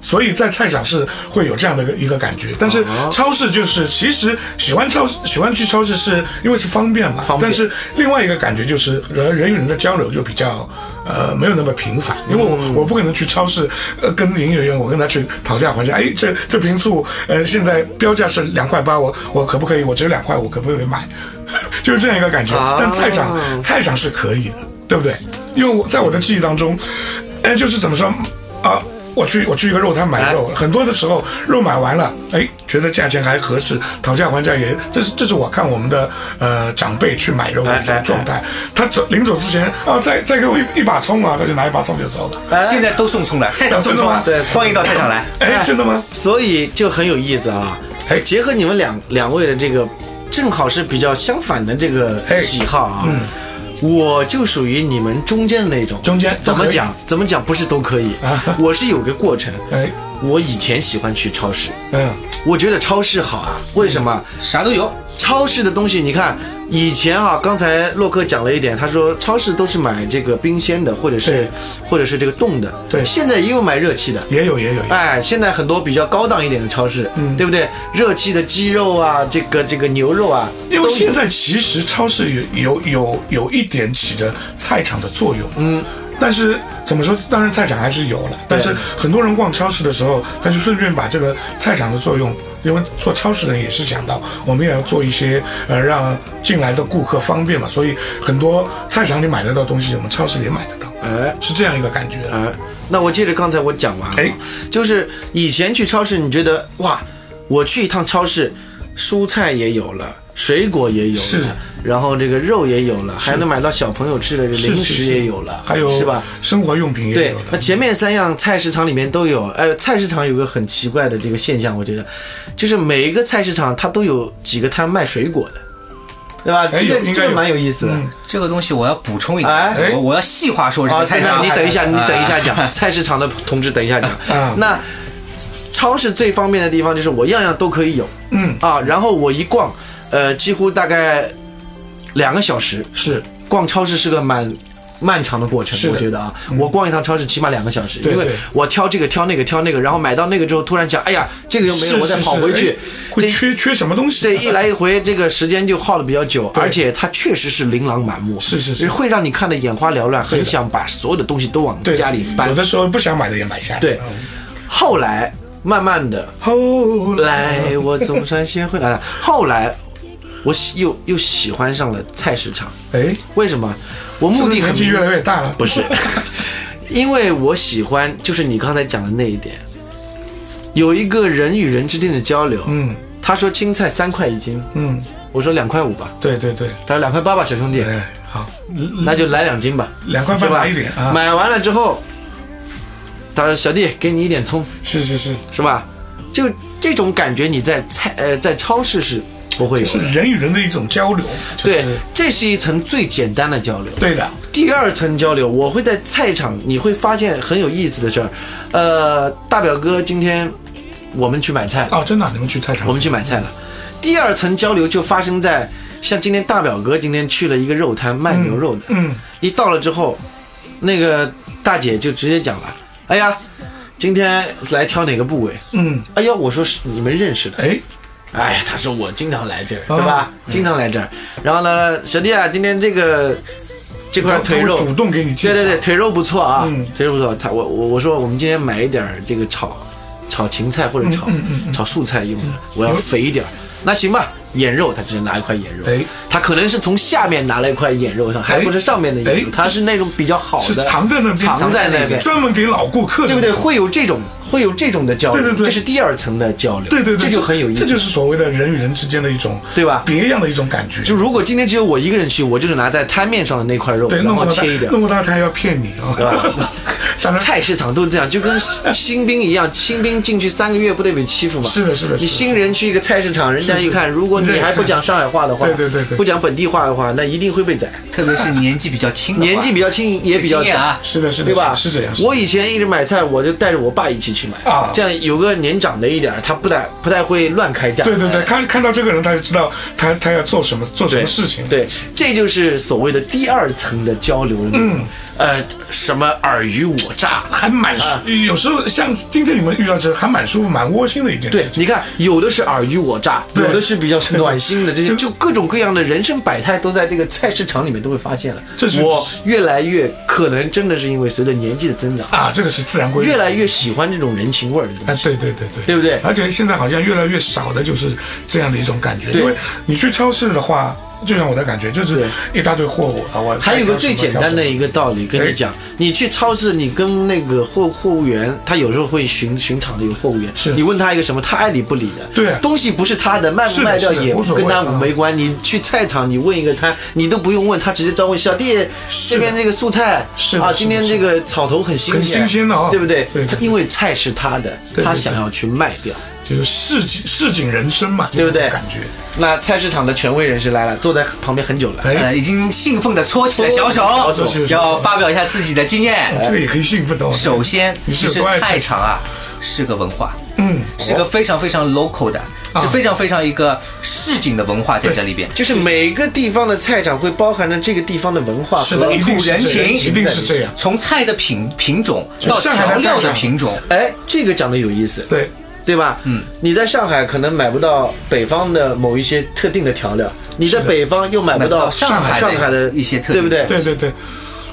Speaker 1: 所以在菜场是会有这样的一个一个感觉，但是
Speaker 2: 啊
Speaker 1: 超市就是其实喜欢超市喜欢去超市是因为是方便嘛，
Speaker 2: 方便
Speaker 1: 但是另外一个感觉就是人人与人的交流就比较呃没有那么频繁，因为我、
Speaker 2: 嗯
Speaker 1: 我不可能去超市呃跟营业员我跟他去讨价还价，哎这这瓶醋呃现在标价是两块八，我我可不可以我只有两块我可不可以买， 就是这样一个感觉。
Speaker 2: 啊
Speaker 1: 但菜场菜场是可以的，对不对？因为我在我的记忆当中，哎，就是怎么说啊？我去我去一个肉摊买肉，很多的时候肉买完了，哎，觉得价钱还合适，讨价还价也，这是这是我看我们的呃长辈去买肉的一种状态。他走临走之前啊，再再给我一一把葱啊，他就拿一把葱就走了。
Speaker 3: 现在都送葱了，菜场
Speaker 1: 真
Speaker 3: 送
Speaker 1: 的
Speaker 3: 葱
Speaker 1: 吗
Speaker 3: 啊，
Speaker 2: 对
Speaker 3: 欢迎到菜场来。
Speaker 1: 哎，真的吗？
Speaker 2: 所以就很有意思啊。
Speaker 1: 哎
Speaker 2: 结合你们两两位的这个，正好是比较相反的这个
Speaker 1: 哎
Speaker 2: 喜好啊。我就属于你们中间那种，
Speaker 1: 中间
Speaker 2: 怎么
Speaker 1: 都可以
Speaker 2: 讲？怎么讲？不是都可以
Speaker 1: 啊，
Speaker 2: 我是有个过程。
Speaker 1: 哎，
Speaker 2: 我以前喜欢去超市，
Speaker 1: 嗯，
Speaker 2: 我觉得超市好啊。为什么？
Speaker 3: 啥都有，
Speaker 2: 超市的东西，你看以前哈、刚才洛克讲了一点，他说超市都是买这个冰鲜的，或者是
Speaker 1: 对
Speaker 2: 或者是这个冻的。
Speaker 1: 对
Speaker 2: 现在也有买热气的。
Speaker 1: 也有也有，也有
Speaker 2: 哎，现在很多比较高档一点的超市，
Speaker 1: 嗯
Speaker 2: 对不对？热气的鸡肉啊，这个这个牛肉啊，
Speaker 1: 因为
Speaker 2: 都有
Speaker 1: 现在其实超市有有有有一点起着菜场的作用，嗯，但是怎么说？当然菜场还是有了，但是很多人逛超市的时候，他就顺便把这个菜场的作用，因为做超市的人也是想到，我们也要做一些呃让进来的顾客方便嘛，所以很多菜场里买得到东西，我们超市里也买得到，
Speaker 2: 哎
Speaker 1: 是这样一个感觉。啊
Speaker 2: 哎，那我接着刚才我讲完啊，
Speaker 1: 哎
Speaker 2: 就是以前去超市，你觉得哇，我去一趟超市，蔬菜也有了，水果也有了，
Speaker 1: 是
Speaker 2: 然后这个肉也有了，还能买到小朋友吃的
Speaker 1: 是
Speaker 2: 呃零
Speaker 1: 是
Speaker 2: 食
Speaker 1: 是
Speaker 2: 也有了，
Speaker 1: 还有
Speaker 2: 是吧？？
Speaker 1: 生活用品也
Speaker 2: 对
Speaker 1: 有，
Speaker 2: 那
Speaker 1: 的，
Speaker 2: 前面三样菜市场里面都有。哎，菜市场有个很奇怪的这个现象，我觉得，就是每一个菜市场它都有几个摊卖水果的，对吧？
Speaker 1: 哎
Speaker 2: 这
Speaker 1: 有
Speaker 2: 个
Speaker 1: 应该
Speaker 2: 这
Speaker 1: 有
Speaker 2: 个蛮有意思的。
Speaker 1: 嗯
Speaker 3: 这个东西我要补充一
Speaker 2: 哎
Speaker 3: 点，我我要细化说这
Speaker 2: 啊，
Speaker 3: 个
Speaker 2: 菜
Speaker 3: 菜
Speaker 2: 市
Speaker 3: 场。
Speaker 2: 场，你等一下，你
Speaker 3: 哎
Speaker 2: 等一下 讲，菜市场的同志等一下 讲
Speaker 1: 啊。
Speaker 2: 那超市最方便的地方就是我样样都可以有，
Speaker 1: 嗯
Speaker 2: 啊，然后我一逛，呃，几乎大概两个小时，
Speaker 1: 是
Speaker 2: 逛超市是个蛮漫长的过程。
Speaker 1: 是的嗯
Speaker 2: 我觉得啊，我逛一趟超市起码两个小时，
Speaker 1: 对
Speaker 2: 因为
Speaker 1: 对
Speaker 2: 我挑这个挑那个挑那个，然后买到那个之后，突然想，哎呀，这个又没有，
Speaker 1: 是
Speaker 2: 我再
Speaker 1: 是
Speaker 2: 跑
Speaker 1: 是
Speaker 2: 回去
Speaker 1: 哎，会
Speaker 2: 这
Speaker 1: 缺缺什么东西？
Speaker 2: 对，一来一回，这个时间就耗的比较久，
Speaker 1: 对
Speaker 2: 而且它确实是琳琅满目，
Speaker 1: 是是是
Speaker 2: 会让你看得眼花缭乱，很想把所有的东西都往
Speaker 1: 对
Speaker 2: 家里搬
Speaker 1: 有。的时嗯候不想买的也买下。
Speaker 2: 对，后来慢慢的，
Speaker 1: 后来
Speaker 2: 来我总算学会了。后来我喜又又喜欢上了菜市场，
Speaker 1: 哎，
Speaker 2: 为什么？我呃目的
Speaker 1: 年
Speaker 2: 很
Speaker 1: 纪越来越大了，
Speaker 2: 不 是，因为我喜欢就是你刚才讲的那一点，有一个人与人之间的交流。
Speaker 1: 嗯
Speaker 2: 他说青菜三块一斤，
Speaker 1: 嗯，
Speaker 2: 我说两块五吧。
Speaker 1: 对对对，
Speaker 2: 他说两块八吧，小兄弟。
Speaker 1: 哎，好，
Speaker 2: 那就来两斤吧，
Speaker 1: 两块
Speaker 2: 是
Speaker 1: 半
Speaker 2: 吧？
Speaker 1: 买一点啊，
Speaker 2: 买完了之后，他说：“小弟，给你一点葱，
Speaker 1: 是是是，
Speaker 2: 是吧？”就这种感觉，你在菜呃在超市是不会有
Speaker 1: 是
Speaker 2: 的。
Speaker 1: 人与人的一种交流，就是
Speaker 2: 对，这是一层最简单的交流。
Speaker 1: 对的，
Speaker 2: 第二层交流，我会在菜场，你会发现很有意思的事儿。呃，大表哥，今天我们去买菜了，
Speaker 1: 哦，真的啊，你们去菜场，
Speaker 2: 我们去买菜了。第二层交流就发生在像今天大表哥今天去了一个肉摊卖牛肉的，
Speaker 1: 嗯，
Speaker 2: 一到了之后，那个大姐就直接讲了：“哎呀，今天来挑哪个部位？”
Speaker 1: 嗯，
Speaker 2: 哎呦，我说是你们认识的。
Speaker 1: 哎，
Speaker 2: 哎，她说我经常来这儿，
Speaker 1: 哦
Speaker 2: 对吧？经常来这
Speaker 1: 嗯
Speaker 2: 儿。然后呢，小弟啊，今天这个这块
Speaker 1: 他
Speaker 2: 腿肉
Speaker 1: 他会，主动给你介
Speaker 2: 对
Speaker 1: 绍，
Speaker 2: 对对，腿肉不错啊，
Speaker 1: 嗯
Speaker 2: 腿肉不错。他我我我说我们今天买一点儿这个炒炒芹菜
Speaker 1: 嗯
Speaker 2: 或者炒、炒素菜用的，我要肥一点儿。那行吧，眼肉他直接拿一块眼肉，
Speaker 1: 哎
Speaker 2: 他可能是从下面拿了一块眼肉上，还不是上面的眼肉，
Speaker 1: 哎
Speaker 2: 他是那种比较好
Speaker 1: 是
Speaker 2: 的，
Speaker 1: 藏在那边，
Speaker 2: 藏在那边，
Speaker 1: 专门给老顾客的，
Speaker 2: 对不对？会有这种会有这种的交流，
Speaker 1: 对对对
Speaker 2: 这是第二层的交流，
Speaker 1: 对对对，
Speaker 2: 这就很有意思，
Speaker 1: 这就是所谓的人与人之间的一种，
Speaker 2: 对吧
Speaker 1: 别样的一种感觉，
Speaker 2: 就如果今天只有我一个人去，我就是拿在摊面上的那块肉，
Speaker 1: 对，
Speaker 2: 然
Speaker 1: 弄
Speaker 2: 后
Speaker 1: 不到他
Speaker 2: 切一点，
Speaker 1: 弄不到他还要骗你啊，
Speaker 2: 对吧？
Speaker 1: 当然
Speaker 2: 菜市场都是这样，就跟新兵一样，新兵进去三个月不得被欺负吗？
Speaker 1: 是的是的是的
Speaker 2: 你新人去一个菜市场，人家
Speaker 1: 是
Speaker 2: 一看，如果你还不讲上海话的话，
Speaker 1: 对对对对
Speaker 2: 不讲本地话的话，那一定会被宰。
Speaker 3: 特别是年纪比较轻的话，
Speaker 2: 年纪比较轻也比较
Speaker 3: 经验
Speaker 2: 宰
Speaker 3: 啊，
Speaker 1: 是的，是的，
Speaker 2: 对吧？
Speaker 1: 是这样，是
Speaker 2: 我以前一直买菜，我就带着我爸一起去买
Speaker 1: 啊
Speaker 2: 这样有个年长的一点儿，他不太不太会乱开价。
Speaker 1: 对对对，看看到这个人，他就知道他他要做什么，做什么事情。
Speaker 2: 对，这就是所谓的第二层的交流的那
Speaker 1: 嗯
Speaker 2: 种，呃，什么尔虞我诈，
Speaker 1: 还蛮舒、
Speaker 2: 啊
Speaker 1: 有时候像今天你们遇到这，还蛮舒服、蛮窝心的一件
Speaker 2: 对
Speaker 1: 事，情。
Speaker 2: 你看，有的是尔虞我诈，
Speaker 1: 对
Speaker 2: 有的是比较暖心的，这 些就各种各样的人生百态都在这个菜市场里面都会发现了。
Speaker 1: 这是
Speaker 2: 我越来越可能真的是因为随着年纪的增长，
Speaker 1: 啊，这个是自然规律。
Speaker 2: 越来越喜欢这种人情味儿的东
Speaker 1: 哎
Speaker 2: 西。，
Speaker 1: 对对对对，
Speaker 2: 对不对
Speaker 1: 而且现在好像越来越少的就是这样的一种感觉，
Speaker 2: 对
Speaker 1: 因为你去超市的话，就像我的感觉，就是一大堆货物啊，我
Speaker 2: 还有个最简单的一个道理跟你
Speaker 1: 哎
Speaker 2: 讲，你去超市，你跟那个货货物员，他有时候会巡巡场的有货物员，
Speaker 1: 是
Speaker 2: 你问他一个什么，他爱理不理的，
Speaker 1: 对
Speaker 2: 东西不是他的，卖不
Speaker 1: 是的
Speaker 2: 卖掉
Speaker 1: 是的
Speaker 2: 也
Speaker 1: 无所谓
Speaker 2: 跟他
Speaker 1: 嗯
Speaker 2: 没关。你去菜场，你问一个摊，你都不用问，他直接招呼小弟，
Speaker 1: 是
Speaker 2: 这
Speaker 1: 的
Speaker 2: 边这个素菜
Speaker 1: 是的
Speaker 2: 啊，
Speaker 1: 是的
Speaker 2: 今天这个草头很新
Speaker 1: 很
Speaker 2: 鲜，
Speaker 1: 新鲜的哦
Speaker 2: 对不对
Speaker 1: 对？对
Speaker 2: 他因为菜是他的，
Speaker 1: 对
Speaker 2: 他
Speaker 1: 对
Speaker 2: 想要去卖掉。
Speaker 1: 就是市井市井人生嘛，
Speaker 2: 对不对
Speaker 1: 就那种感觉
Speaker 2: 那菜市场的权威人士来了，坐在旁边很久了，
Speaker 1: 哎
Speaker 3: 呃，已经兴奋的搓起了小
Speaker 1: 搓
Speaker 3: 手，
Speaker 1: 起了小手
Speaker 3: 要发表一下自己的经验。
Speaker 1: 这个也可以兴奋的哦。
Speaker 3: 首先，
Speaker 1: 你
Speaker 3: 其
Speaker 1: 是
Speaker 3: 实
Speaker 1: 有多爱
Speaker 3: 菜场啊是个文化，
Speaker 1: 嗯，啊
Speaker 3: 是个非常非常 local 的，是非常非常一个市井的文化在这里边。
Speaker 2: 就是每个地方的菜场会包含着这个地方的文化
Speaker 1: 是
Speaker 2: 和
Speaker 1: 的，一定是
Speaker 3: 人
Speaker 1: 这样，
Speaker 3: 情
Speaker 1: 一定是这样。
Speaker 3: 从菜的品品种到
Speaker 1: 上海
Speaker 3: 调
Speaker 1: 的菜
Speaker 3: 料的
Speaker 1: 场
Speaker 3: 品种，
Speaker 2: 哎，这个讲的有意思，
Speaker 1: 对，
Speaker 2: 对吧？嗯，你在上海可能买不到北方的某一些特定的调料，你在北方又买不
Speaker 3: 买不
Speaker 2: 到
Speaker 3: 到上
Speaker 2: 海
Speaker 3: 海
Speaker 2: 上海的
Speaker 3: 的一些特
Speaker 2: 对
Speaker 3: 定
Speaker 2: 不对？
Speaker 1: 对对对，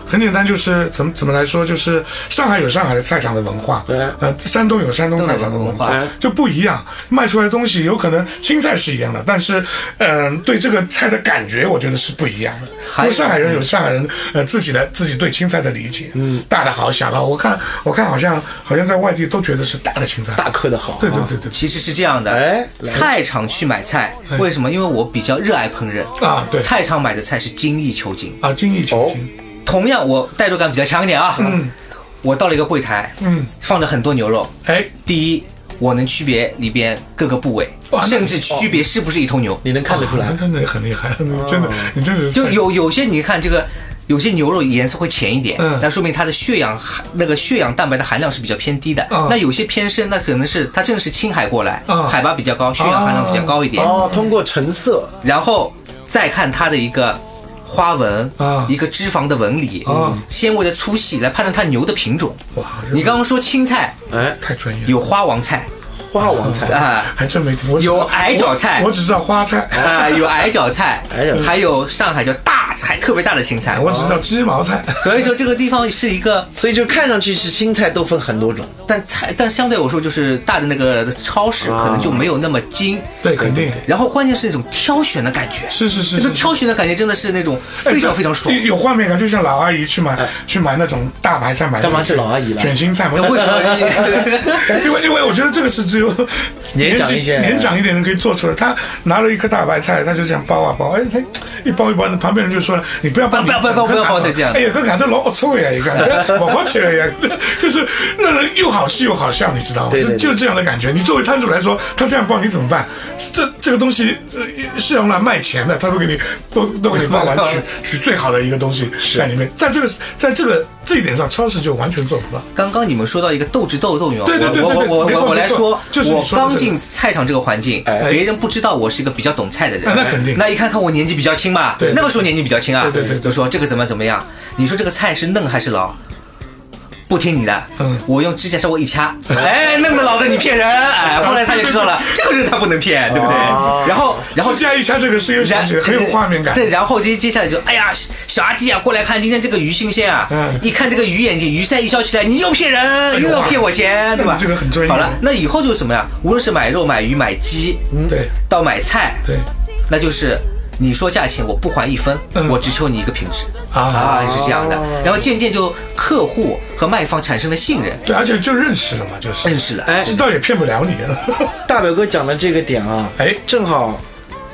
Speaker 1: 很简单，就是怎么怎么来说，就是上海有上海的菜场的文化，
Speaker 2: 对
Speaker 1: 呃，山东有山东菜场的文
Speaker 3: 山东有山东菜场
Speaker 1: 化
Speaker 2: 文化，
Speaker 1: 就不一样。卖出来的东西有可能青菜是一样的，但是，嗯、对这个菜的感觉，我觉得是不一样的。因
Speaker 3: 有
Speaker 1: 为上海人有上海人呃自己的自己对青菜的理解，嗯，大的好，小的好，我看我看好像好像在外地都觉得是大的青菜，
Speaker 2: 大颗的好，啊
Speaker 1: 对对对对
Speaker 3: 其实是这样的，
Speaker 2: 哎来
Speaker 3: 菜场去买菜，为什么？因为我比较热爱烹饪
Speaker 1: 哎啊对
Speaker 3: 菜场买的菜是精益求精。
Speaker 1: 啊，精益求精，
Speaker 3: 同样，我代入感比较强一点啊，嗯，我到了一个柜台，
Speaker 1: 嗯，
Speaker 3: 放着很多牛肉，
Speaker 1: 哎，
Speaker 3: 第一，我能区别里边各个部位
Speaker 1: 哇，那
Speaker 3: 甚至区别是不是一头牛。
Speaker 2: 你能看得出来。
Speaker 1: 真的很厉害，真的，你真的是
Speaker 3: 就有有些你看这个，有些牛肉颜色会浅一点
Speaker 1: 嗯，
Speaker 3: 那说明它的血氧含那个血氧蛋白的含量是比较偏低的。
Speaker 1: 嗯
Speaker 3: 那有些偏深，那可能是它正是青海过来
Speaker 1: 嗯，
Speaker 3: 海拔比较
Speaker 2: 哦
Speaker 3: 高，血氧含量比较高一点。
Speaker 2: 哦，通过成色，
Speaker 3: 然后再看它的一个花纹
Speaker 1: 啊
Speaker 3: 一个脂肪的纹理
Speaker 1: 啊
Speaker 3: 纤维的粗细来判断它牛的品种。
Speaker 1: 哇，
Speaker 3: 你刚刚说青菜
Speaker 2: 哎，
Speaker 1: 太专业了，
Speaker 3: 有花王菜
Speaker 2: 花王菜，
Speaker 3: 啊，
Speaker 1: 还真没听过。我只
Speaker 3: 有矮脚菜
Speaker 1: 我我只知道花菜，
Speaker 3: 啊，有矮脚菜
Speaker 2: 矮脚菜，
Speaker 3: 还有上海叫大菜，特别大的青菜。
Speaker 1: 我只知道鸡毛菜。
Speaker 3: 所以说这个地方是一个，
Speaker 2: 所以就看上去是青菜都分很多种，
Speaker 3: 但菜但相对我说就是大的那个超市可能就没有那么精，
Speaker 1: 啊对，肯定
Speaker 3: 然后关键是那种挑选的感觉，
Speaker 1: 是是是
Speaker 3: 那
Speaker 1: 是
Speaker 3: 种。挑选的感觉真的是那种
Speaker 1: 哎
Speaker 3: 非常非 常爽。啊
Speaker 1: 这有画面感，就像老阿姨去买去买那种大白菜，买
Speaker 2: 干嘛是老阿姨了
Speaker 1: 卷心菜嘛？
Speaker 3: 为什么？
Speaker 1: 因为因为我觉得这个是只有
Speaker 2: 年长
Speaker 1: 纪
Speaker 2: 一些
Speaker 1: 年长一点人可以做出来。他拿了一颗大白菜，他就这样包啊包，哎，他一包一包的，旁边人就说了：“你不要包，
Speaker 3: 啊不要不要不要不要包的这样
Speaker 1: 哎呀，这感觉老龌龊呀，一 个不好吃呀，就是让人又好吃又好笑，你知道吗？
Speaker 2: 对对
Speaker 1: 就
Speaker 2: 对
Speaker 1: 就这样的感觉。你作为摊主来说，他这样包你怎么办？这这个东西呃是用来卖钱的，他都给你都都给你包 完，取取最好的一个东西在里面。在这个在这个这一点上，超市就完全做不到。
Speaker 3: 刚刚你们说到一个斗智斗勇，
Speaker 1: 对对对
Speaker 3: 我
Speaker 1: 对对
Speaker 3: 我我
Speaker 1: 没
Speaker 3: 我
Speaker 1: 错
Speaker 3: 我来
Speaker 1: 没错
Speaker 3: 说，
Speaker 1: 就是你
Speaker 3: 我
Speaker 1: 说的
Speaker 3: 刚
Speaker 1: 这个
Speaker 3: 进菜场这个环境，
Speaker 2: 哎
Speaker 3: 别人不知道我是一个比较懂菜的人，
Speaker 1: 哎那肯定
Speaker 3: 那一看看我年纪比较轻嘛，
Speaker 1: 对
Speaker 3: 那个时候年纪比较轻啊，
Speaker 1: 对对对对
Speaker 3: 就说这个怎么怎么样，你说这个菜是嫩还是老？不听你的，
Speaker 1: 嗯
Speaker 3: 我用指甲稍微一掐，哎，嫩的老的你骗人，哎，
Speaker 1: 嗯
Speaker 3: 后来他就知道 了，这个人他不能骗，对不对？
Speaker 2: 哦
Speaker 3: 然后，然后
Speaker 1: 啊是加一下这个是有
Speaker 3: 然
Speaker 1: 想起来很有画面感。
Speaker 3: 对，然后接接下来就，哎呀，小阿弟啊，过来看今天这个鱼新鲜啊！
Speaker 1: 嗯哎
Speaker 3: 一看这个鱼眼睛，鱼鳃一削起来，你又骗人，
Speaker 1: 呦
Speaker 3: 又
Speaker 1: 哇
Speaker 3: 要骗我钱，对吧？
Speaker 1: 你这个很专业
Speaker 3: 好了，那以后就是什么呀？无论是买肉、买鱼、买鸡，
Speaker 1: 对
Speaker 3: 到买菜，
Speaker 1: 对
Speaker 3: 那就是你说价钱，我不还一分，
Speaker 1: 嗯
Speaker 3: 我只求你一个品质
Speaker 1: 啊，
Speaker 3: 啊，是这样的。然后渐渐就客户和卖方产生了信任，
Speaker 1: 对，而且就认识了嘛，就是
Speaker 3: 认识了。
Speaker 2: 哎，
Speaker 1: 知道也骗不了你了。
Speaker 2: 大表哥讲的这个点啊，
Speaker 1: 哎
Speaker 2: 正好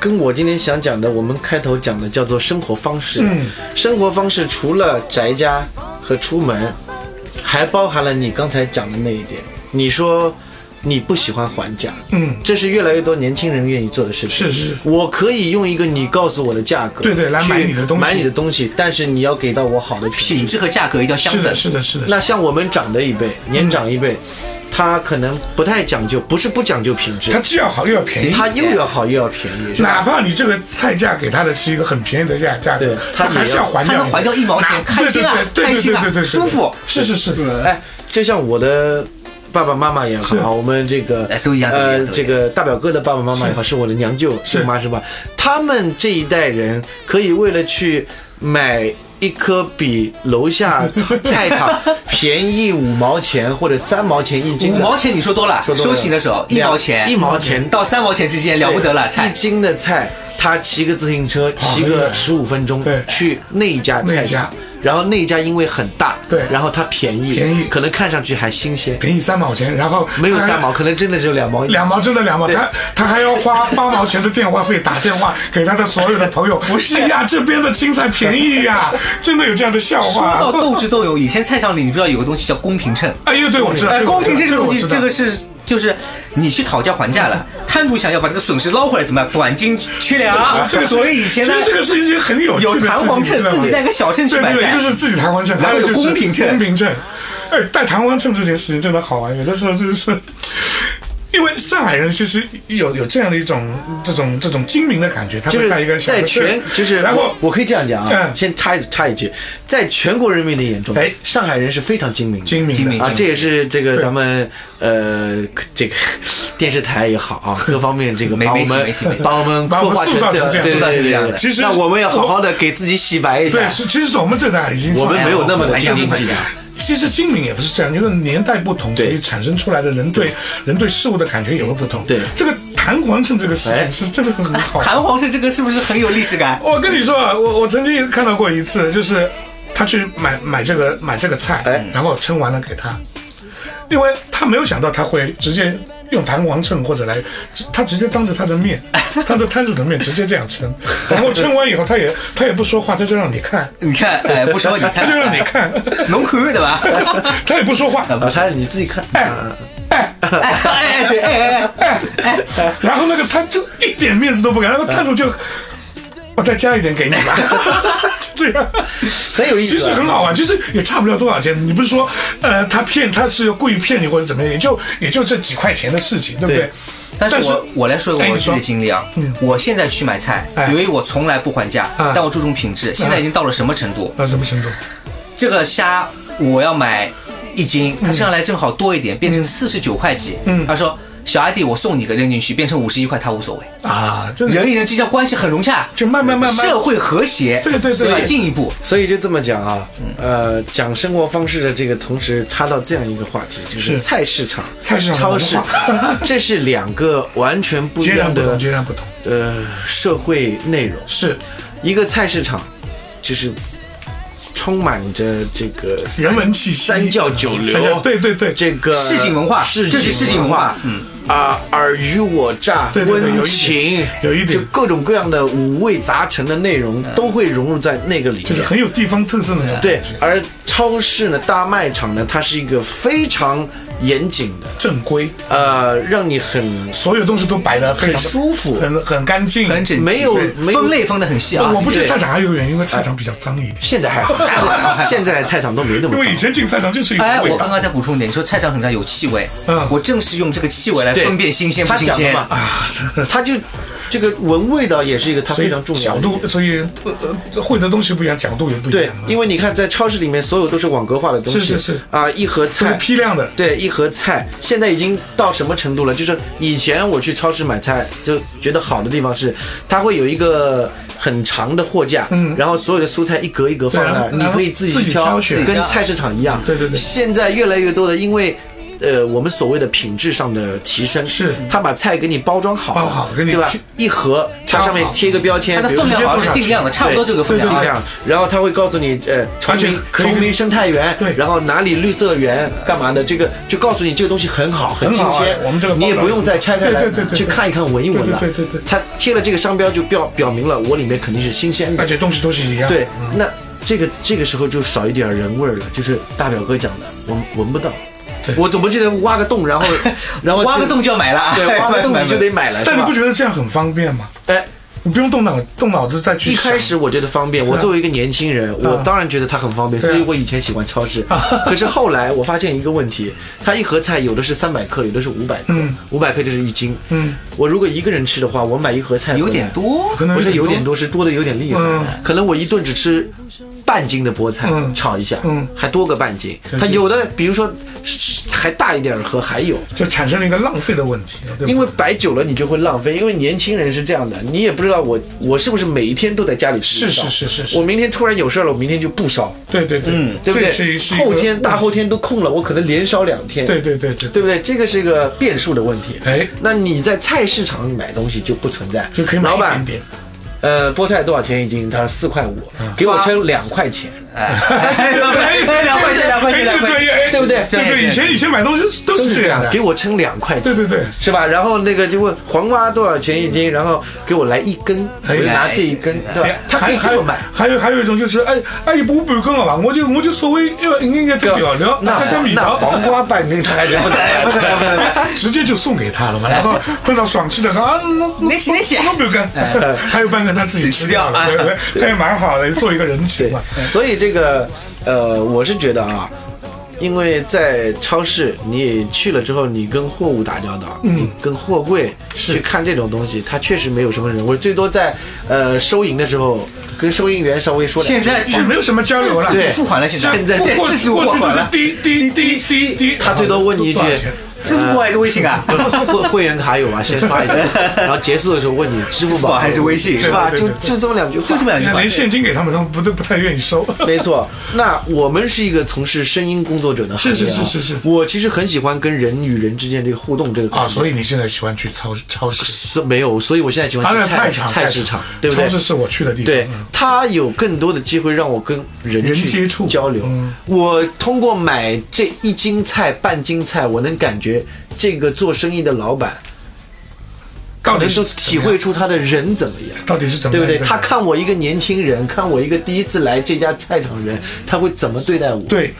Speaker 2: 跟我今天想讲的，我们开头讲的叫做生活方式。
Speaker 1: 嗯，
Speaker 2: 生活方式除了宅家和出门，还包含了你刚才讲的那一点。你说你不喜欢还价，
Speaker 1: 嗯，
Speaker 2: 这是越来越多年轻人愿意做的事情。
Speaker 1: 是是
Speaker 2: 我可以用一个你告诉我的价格，
Speaker 1: 对对来买
Speaker 2: 去
Speaker 1: 你的东西
Speaker 2: 买你的东西，但是你要给到我好的品质。
Speaker 3: 品质和价格一定要相
Speaker 1: 是
Speaker 3: 等
Speaker 1: 的，，是的，是的。
Speaker 2: 那像我们长的一辈，年长一辈，他可能不太讲究，不是不讲究品质，
Speaker 1: 嗯他既要好又要便宜，
Speaker 2: 他又要好又要便宜，是吧？
Speaker 1: 哪怕你这个菜价给他的是一个很便宜的价价格
Speaker 2: 对，
Speaker 1: 他
Speaker 2: 他
Speaker 1: 还是
Speaker 2: 也要
Speaker 1: 要还
Speaker 3: 他
Speaker 1: 掉你的，
Speaker 3: 能还掉一毛钱
Speaker 1: 哪
Speaker 3: 开心啊
Speaker 1: 对对对
Speaker 3: 开心啊
Speaker 1: 对对对对对
Speaker 3: 舒服
Speaker 1: 是是是，
Speaker 2: 哎，就像我的爸爸妈妈也
Speaker 1: 是
Speaker 2: 好，我们这个
Speaker 3: 哎都一样都一样
Speaker 2: 呃
Speaker 3: 都一，样
Speaker 2: 这个大表哥的爸爸妈妈也好，是我的娘舅
Speaker 1: 是
Speaker 2: 舅妈是吧？他们这一代人可以为了去买。一颗比楼 下菜场便宜五毛钱或者三毛钱一斤
Speaker 3: 五
Speaker 2: 的，
Speaker 3: 毛钱你说多了，
Speaker 2: 说多
Speaker 3: 收
Speaker 2: 了
Speaker 3: 钱的时候一
Speaker 2: 两
Speaker 3: 毛钱，
Speaker 2: 一毛钱
Speaker 3: 到三毛钱之间了不得了，
Speaker 2: 一
Speaker 3: 菜
Speaker 2: 斤的菜，他骑个自行车骑
Speaker 1: 很
Speaker 2: 个
Speaker 1: 远
Speaker 2: 十五分钟
Speaker 1: 对
Speaker 2: 去那一家
Speaker 1: 那
Speaker 2: 菜
Speaker 1: 一家
Speaker 2: 场，然后那一家因为很大，
Speaker 1: 对
Speaker 2: 然后它便宜，
Speaker 1: 便宜
Speaker 2: 可能看上去还新鲜，
Speaker 1: 便宜三毛钱，然后
Speaker 2: 没有三
Speaker 1: 毛。
Speaker 2: 毛，可能真的只有两毛一。
Speaker 1: 两毛真的两毛，他他还要花八毛钱的电话费打电话给他的所有的朋 友。不是呀，这边的青菜便宜呀，真的有这样的笑
Speaker 3: 说
Speaker 1: 话。
Speaker 3: 到斗智斗勇，以前菜场里你不知道有个东西叫公平秤，
Speaker 1: 哎呦，对我知道，
Speaker 3: 哎，公平秤这个
Speaker 1: 我
Speaker 3: 东
Speaker 1: 知
Speaker 3: 西，
Speaker 1: 道
Speaker 3: 这个是就是你去讨价还价了，摊主想要把这个损失捞回来，怎么样？短斤缺两，
Speaker 1: 啊这个是
Speaker 3: 啊所以以前呢
Speaker 1: 其实，这个是一件很有趣的
Speaker 3: 有
Speaker 1: 事情
Speaker 3: 弹簧秤
Speaker 1: 你知道吗
Speaker 3: 自己带个小秤去
Speaker 1: 对
Speaker 3: 买
Speaker 1: 对，对
Speaker 3: 菜
Speaker 1: 一个是自己弹簧秤，
Speaker 3: 然
Speaker 1: 还
Speaker 3: 后
Speaker 1: 有就是
Speaker 3: 有公平秤
Speaker 1: 公平秤。哎，带弹簧秤这件事情真的好玩，有的时候真是。因为上海人其实有有这样的一种这种这种精明的感觉，他
Speaker 2: 就
Speaker 1: 会
Speaker 2: 是
Speaker 1: 带一个小
Speaker 2: 在
Speaker 1: 的
Speaker 2: 全
Speaker 1: 秤
Speaker 2: 就是
Speaker 1: 然后
Speaker 2: 我我可以这样讲啊
Speaker 1: 嗯，
Speaker 2: 先插一插一句，在全国人民的眼中
Speaker 1: 哎，
Speaker 2: 上海人是非常精明的，
Speaker 1: 精明
Speaker 3: 精
Speaker 1: 的
Speaker 3: 明
Speaker 2: 啊，这也是这个
Speaker 1: 对
Speaker 2: 咱们呃这个 电视台也好 啊，各方面这个
Speaker 3: 媒
Speaker 2: 把我
Speaker 3: 媒体
Speaker 2: 们
Speaker 3: 媒体媒体
Speaker 2: 把我们
Speaker 1: 把我
Speaker 2: 刻
Speaker 1: 们
Speaker 2: 画
Speaker 1: 塑造
Speaker 2: 这样
Speaker 1: 成这样
Speaker 2: 对
Speaker 3: 塑造
Speaker 2: 对
Speaker 3: 成
Speaker 2: 对
Speaker 3: 这样
Speaker 2: 对
Speaker 3: 的。
Speaker 1: 其实
Speaker 2: 那我们要好好的给自己洗白一下
Speaker 1: 对，，是其实我们这代已经
Speaker 2: 我们
Speaker 1: 算
Speaker 2: 没有那么的
Speaker 3: 哎
Speaker 2: 精明
Speaker 3: 我
Speaker 2: 计较。
Speaker 1: 其实精明也不是这样，因为年代不同，所
Speaker 2: 对
Speaker 1: 以产生出来的人对人对事物的感觉也会不同。
Speaker 2: 对
Speaker 1: 这个弹簧秤这个事情
Speaker 2: 哎
Speaker 1: 是真的很好玩。
Speaker 3: 弹簧秤这个是不是很有历史感？
Speaker 1: 我跟你说啊，我我曾经看到过一次，就是他去买买这个买这个菜，
Speaker 2: 哎
Speaker 1: 然后称完了给他，因为他没有想到他会直接用弹簧秤或者来，他直接当着他的 面，当着摊主的面直接这样称，然后称完以后他也他也不说话，他就让你看，
Speaker 3: 你看，哎，不说你
Speaker 1: 他
Speaker 3: 看哎
Speaker 1: 就，让你看，
Speaker 3: 侬看对吧？
Speaker 1: 他也不说话，
Speaker 2: 啊，他你自己看，
Speaker 1: 哎
Speaker 2: 啊
Speaker 1: 哎。
Speaker 3: 哎哎对哎哎哎，
Speaker 1: 然后那个摊就一点面子都不给，然后摊主就，我再加一点给你吧， 这样，
Speaker 2: 很有意思
Speaker 1: 其
Speaker 2: 啊。
Speaker 1: 实很好玩，其实也差不了多少钱。你不是说，呃，他骗他是要故意骗你或者怎么样，也就也就这几块钱的事情，对不对？
Speaker 2: 对
Speaker 3: 但是
Speaker 1: 但是
Speaker 3: 我我来说一
Speaker 1: 哎
Speaker 3: 个我
Speaker 1: 你
Speaker 3: 自己
Speaker 1: 说嗯
Speaker 3: 的经历啊，我现在去买菜
Speaker 1: 哎，
Speaker 3: 由于我从来不还价，
Speaker 1: 啊
Speaker 3: 但我注重品质，现在已经到了什么程度？
Speaker 1: 那什么程度？
Speaker 3: 这个虾我要买一斤，他上来正好多一点，变成四十九块几。嗯，他说小阿弟，我送你一个扔进去，变成五十一块，他无所谓。
Speaker 1: 啊，这
Speaker 3: 人与人之间关系很融洽，
Speaker 1: 就慢慢慢慢
Speaker 3: 社会和谐，
Speaker 1: 对对对
Speaker 3: 所以要
Speaker 1: 对
Speaker 3: 进一步。
Speaker 2: 所以就这么讲啊，
Speaker 1: 嗯
Speaker 2: 呃，讲生活方式的这个同时插到这样一个话题，就是
Speaker 1: 是
Speaker 2: 菜市场、
Speaker 1: 菜市场
Speaker 2: 超市
Speaker 1: 文化，
Speaker 2: 这是两个完全不一
Speaker 1: 截然
Speaker 2: 样
Speaker 1: 不
Speaker 2: 的
Speaker 1: 同，截然不同。
Speaker 2: 呃社会内容。
Speaker 1: 是
Speaker 2: 一个菜市场就是充满着这个三
Speaker 1: 人文气息，
Speaker 2: 三教九
Speaker 1: 三教
Speaker 2: 流，
Speaker 1: 对对对，
Speaker 2: 这个
Speaker 3: 市井文化
Speaker 2: 市
Speaker 3: 这是市井文化
Speaker 2: 嗯啊，尔虞我诈，
Speaker 1: 对对对
Speaker 2: 温
Speaker 1: 有一
Speaker 2: 情
Speaker 1: 点，有一点
Speaker 2: 就
Speaker 1: 嗯
Speaker 2: 各种各样的五味杂陈的内容都会融入在那个里
Speaker 1: 就是
Speaker 2: 面。
Speaker 1: 很有地方特色的那种
Speaker 2: 对
Speaker 1: 感觉，
Speaker 2: 而超市呢，大卖场呢，它是一个非常严谨的，
Speaker 1: 正规，
Speaker 2: 呃，让你很
Speaker 1: 所有东西都摆的非常
Speaker 2: 很舒服
Speaker 1: 很很干净，
Speaker 3: 很整齐，
Speaker 2: 没有
Speaker 3: 对
Speaker 2: 没有
Speaker 3: 分类分得很细啊。
Speaker 1: 我不去
Speaker 2: 对哎
Speaker 1: 菜场还有一个原因，因为菜场比较脏一点。
Speaker 2: 现在还好，现在现在菜场都没那么
Speaker 1: 因为以
Speaker 2: 脏。
Speaker 1: 前进菜场就是一
Speaker 3: 哎，
Speaker 1: 个味
Speaker 3: 我刚
Speaker 1: 道
Speaker 3: 刚再补充一点，你说菜场很差有气味，
Speaker 1: 嗯
Speaker 3: 我正是用这个气味来
Speaker 2: 对
Speaker 3: 分辨新鲜不
Speaker 2: 他
Speaker 3: 新
Speaker 2: 讲的
Speaker 3: 鲜。
Speaker 2: 嘛，
Speaker 1: 啊，是
Speaker 2: 他就这个闻味道也是一个他
Speaker 1: 所以
Speaker 2: 非常重要
Speaker 1: 角
Speaker 2: 的
Speaker 1: 度，所以呃呃会的东西不一样，角度也不一
Speaker 2: 对
Speaker 1: 样，，啊
Speaker 2: 因为你看在超市里面，所有都是网格化的东西，
Speaker 1: 是是是
Speaker 2: 啊，一盒
Speaker 1: 都是
Speaker 2: 菜。
Speaker 1: 批量的。
Speaker 2: 对，一盒菜现在已经到什么程度了？就是以前我去超市买菜，就觉得好的地方是，它会有一个很长的货架，嗯，然后所有的蔬菜一格一格放那儿，
Speaker 1: 对啊
Speaker 2: 你
Speaker 1: 然后
Speaker 2: 可以自己
Speaker 1: 自己挑选
Speaker 3: 啊
Speaker 2: 跟菜市场一样。
Speaker 1: 对对对
Speaker 2: 现在越来越多的，因为。呃，我们所谓的品质上的提升，
Speaker 1: 是
Speaker 2: 他把菜给你包装好，
Speaker 1: 包好给你
Speaker 2: 对吧
Speaker 1: 贴？
Speaker 2: 一盒，它
Speaker 1: 挑
Speaker 2: 上面
Speaker 1: 好
Speaker 2: 贴个标签，
Speaker 3: 它的
Speaker 2: 比如
Speaker 3: 分
Speaker 2: 说
Speaker 3: 量好像是定量的，差不多这个分量
Speaker 2: 定
Speaker 3: 啊。
Speaker 2: 量，然后他会告诉你，呃，
Speaker 1: 而
Speaker 2: 崇
Speaker 1: 且
Speaker 2: 明
Speaker 1: 可以
Speaker 2: 崇明生态园，
Speaker 1: 对
Speaker 2: 然后哪里绿色园，干嘛的，这个就告诉你这个东西很好，很
Speaker 1: 很
Speaker 2: 新
Speaker 1: 好啊
Speaker 2: 鲜，
Speaker 1: 我们这个包
Speaker 2: 你也
Speaker 1: 装
Speaker 2: 不用再拆开来
Speaker 1: 对对对对
Speaker 2: 去看一看、闻一闻了，
Speaker 1: 对对对对对
Speaker 2: 它贴了这个商标就表表明了我里面肯定是新鲜
Speaker 1: 而
Speaker 2: 的，
Speaker 1: 且东西都是一样的，嗯
Speaker 2: 对，嗯那这个这个时候就少一点人味儿了，就是大表哥讲的，闻闻不到，我总不记得挖个洞，然 后然后
Speaker 3: 挖个
Speaker 2: 就
Speaker 3: 洞就要买了啊，
Speaker 2: 对，挖个洞
Speaker 3: 买
Speaker 2: 你就得。买了，
Speaker 1: 但你不
Speaker 2: 是吧
Speaker 1: 觉得这样很方便吗？
Speaker 2: 哎。
Speaker 1: 你不用动脑动脑子再去
Speaker 2: 一
Speaker 1: 想啊
Speaker 2: 开始我觉得方便，我作为一个年轻人，我当然觉得它很方便，所以我以前喜欢超
Speaker 1: 啊
Speaker 2: 市。 可是后来我发现一个问题，它一盒菜有的是三百克，有的是五百克，五百克就是一斤。
Speaker 1: 嗯，
Speaker 2: 我如果一个人吃的话，我买一盒菜
Speaker 3: 买有
Speaker 2: 回来
Speaker 3: 点，多
Speaker 1: 可，能
Speaker 2: 不是有点多，是多的有点厉害
Speaker 1: 嗯。
Speaker 2: 可能我一顿只吃。半斤的菠菜
Speaker 1: 嗯
Speaker 2: 炒一下，
Speaker 1: 嗯
Speaker 2: 还多个半斤。
Speaker 1: 对
Speaker 2: 它有的，比如说还大一点儿盒还有，
Speaker 1: 就产生了一个浪费的问题，啊对吧
Speaker 2: 因为摆久了你就会浪费，因为年轻人是这样的，你也不知道我我是不是每一天都在家里吃
Speaker 1: 是
Speaker 2: 烧
Speaker 1: 是是是是
Speaker 2: 我明天突然有事儿了，我明天就不烧，
Speaker 1: 对对对，嗯
Speaker 2: 对不
Speaker 1: 是
Speaker 2: 对？
Speaker 1: 是一个嗯
Speaker 2: 后天大后天都空了，我可能连烧两天，
Speaker 1: 对对对对
Speaker 2: 对不对？这个是一个变数的问题。
Speaker 1: 哎
Speaker 2: 那你在菜市场里买东西就不存在，
Speaker 1: 就可以买
Speaker 2: 老
Speaker 1: 一
Speaker 2: 板
Speaker 1: 点啊点，
Speaker 2: 呃，菠菜多少钱一斤？他说四块五，给我称两块钱。
Speaker 3: 哎，两块钱，两块
Speaker 1: 哎
Speaker 3: 钱，两
Speaker 1: 这个
Speaker 3: 块
Speaker 1: 专业，
Speaker 3: 钱。
Speaker 1: 哎
Speaker 2: 对不对
Speaker 1: 对对，以前以前买东西都
Speaker 2: 都
Speaker 1: 是这样的，
Speaker 2: 给我称两块钱，
Speaker 1: 对对对
Speaker 2: 是吧？然后那个就问黄瓜多少钱一斤，然后给我来一根，我
Speaker 1: 哎
Speaker 2: 就拿这一根，对吧
Speaker 1: 哎？
Speaker 2: 他可以这么买，
Speaker 1: 还有还有一种就是，哎哎，你不半斤了吧？我就我就稍微要应该这表了，哎
Speaker 2: 那
Speaker 1: 大概米
Speaker 2: 那
Speaker 1: 条，
Speaker 2: 黄 瓜半根他还是不能，不能，不能。
Speaker 1: 直接就送给他了嘛。然后
Speaker 2: 哎
Speaker 1: 碰到爽气的，啊，那
Speaker 3: 你起你起
Speaker 1: 我半斤， 还有半根他自己吃掉了，对不对？那也蛮好的，做一个人情
Speaker 2: 对
Speaker 1: 嘛。，
Speaker 2: 所以这个，呃，我是觉得啊，因为在超市你去了之后，你跟货物打交道，
Speaker 1: 嗯
Speaker 2: 你跟货柜去看这种东西，它确实没有什么人味，最多在呃收银的时候跟收银员稍微说两
Speaker 3: 现
Speaker 2: 句。
Speaker 3: 在
Speaker 1: 也哎没有什么交流了，
Speaker 3: 自
Speaker 2: 对
Speaker 3: 付款了，现在
Speaker 2: 现在
Speaker 1: 过
Speaker 3: 过
Speaker 1: 过
Speaker 3: 自
Speaker 1: 去
Speaker 3: 付
Speaker 1: 过去就
Speaker 3: 款
Speaker 1: 是
Speaker 3: 了，
Speaker 1: 滴滴滴滴滴，
Speaker 2: 他最多问你一句
Speaker 1: 多少钱
Speaker 3: 支付宝还是微信啊？
Speaker 2: 会会员卡有吗？先刷一 下，然后结束的时候问你支付
Speaker 3: 支付
Speaker 2: 宝
Speaker 3: 宝还是微信
Speaker 2: 是吧？
Speaker 1: 对
Speaker 2: 就
Speaker 1: 对对
Speaker 2: 就这么两句话，
Speaker 3: 就这么两
Speaker 1: 你
Speaker 3: 句
Speaker 1: 看
Speaker 3: 话
Speaker 1: 连。现金给他们，他们不都不太愿 意收。
Speaker 2: 没错，那我们是一个从事声音工作者的行业、啊，
Speaker 1: 是是是是是
Speaker 2: 我其实很喜欢跟人与人之间这个互动这个感
Speaker 1: 啊，
Speaker 2: 觉
Speaker 1: 所以你现在喜欢去超超市，
Speaker 2: 是没有，所以我现在喜
Speaker 1: 当
Speaker 2: 欢
Speaker 1: 然
Speaker 2: 去菜
Speaker 1: 场
Speaker 2: 菜
Speaker 1: 嗯菜
Speaker 2: 市场，对不对
Speaker 1: 超？市是我去的地方。
Speaker 2: 对
Speaker 1: 嗯，
Speaker 2: 它有更多的机会让我跟人
Speaker 1: 人
Speaker 2: 去
Speaker 1: 接触
Speaker 2: 交流。
Speaker 1: 嗯
Speaker 2: 我通过买这一斤菜、半斤菜，我能感觉这个做生意的老板
Speaker 1: 到底
Speaker 2: 能
Speaker 1: 是
Speaker 2: 够
Speaker 1: 怎么样
Speaker 2: 体会出他的人怎么样。
Speaker 1: 到底是怎么
Speaker 2: 对
Speaker 1: 样
Speaker 2: 不
Speaker 1: 一个
Speaker 2: 对？
Speaker 1: 人，
Speaker 2: 他看我一个年轻人，看我一个第一次来这家菜场人，他会怎么对待我？
Speaker 1: 对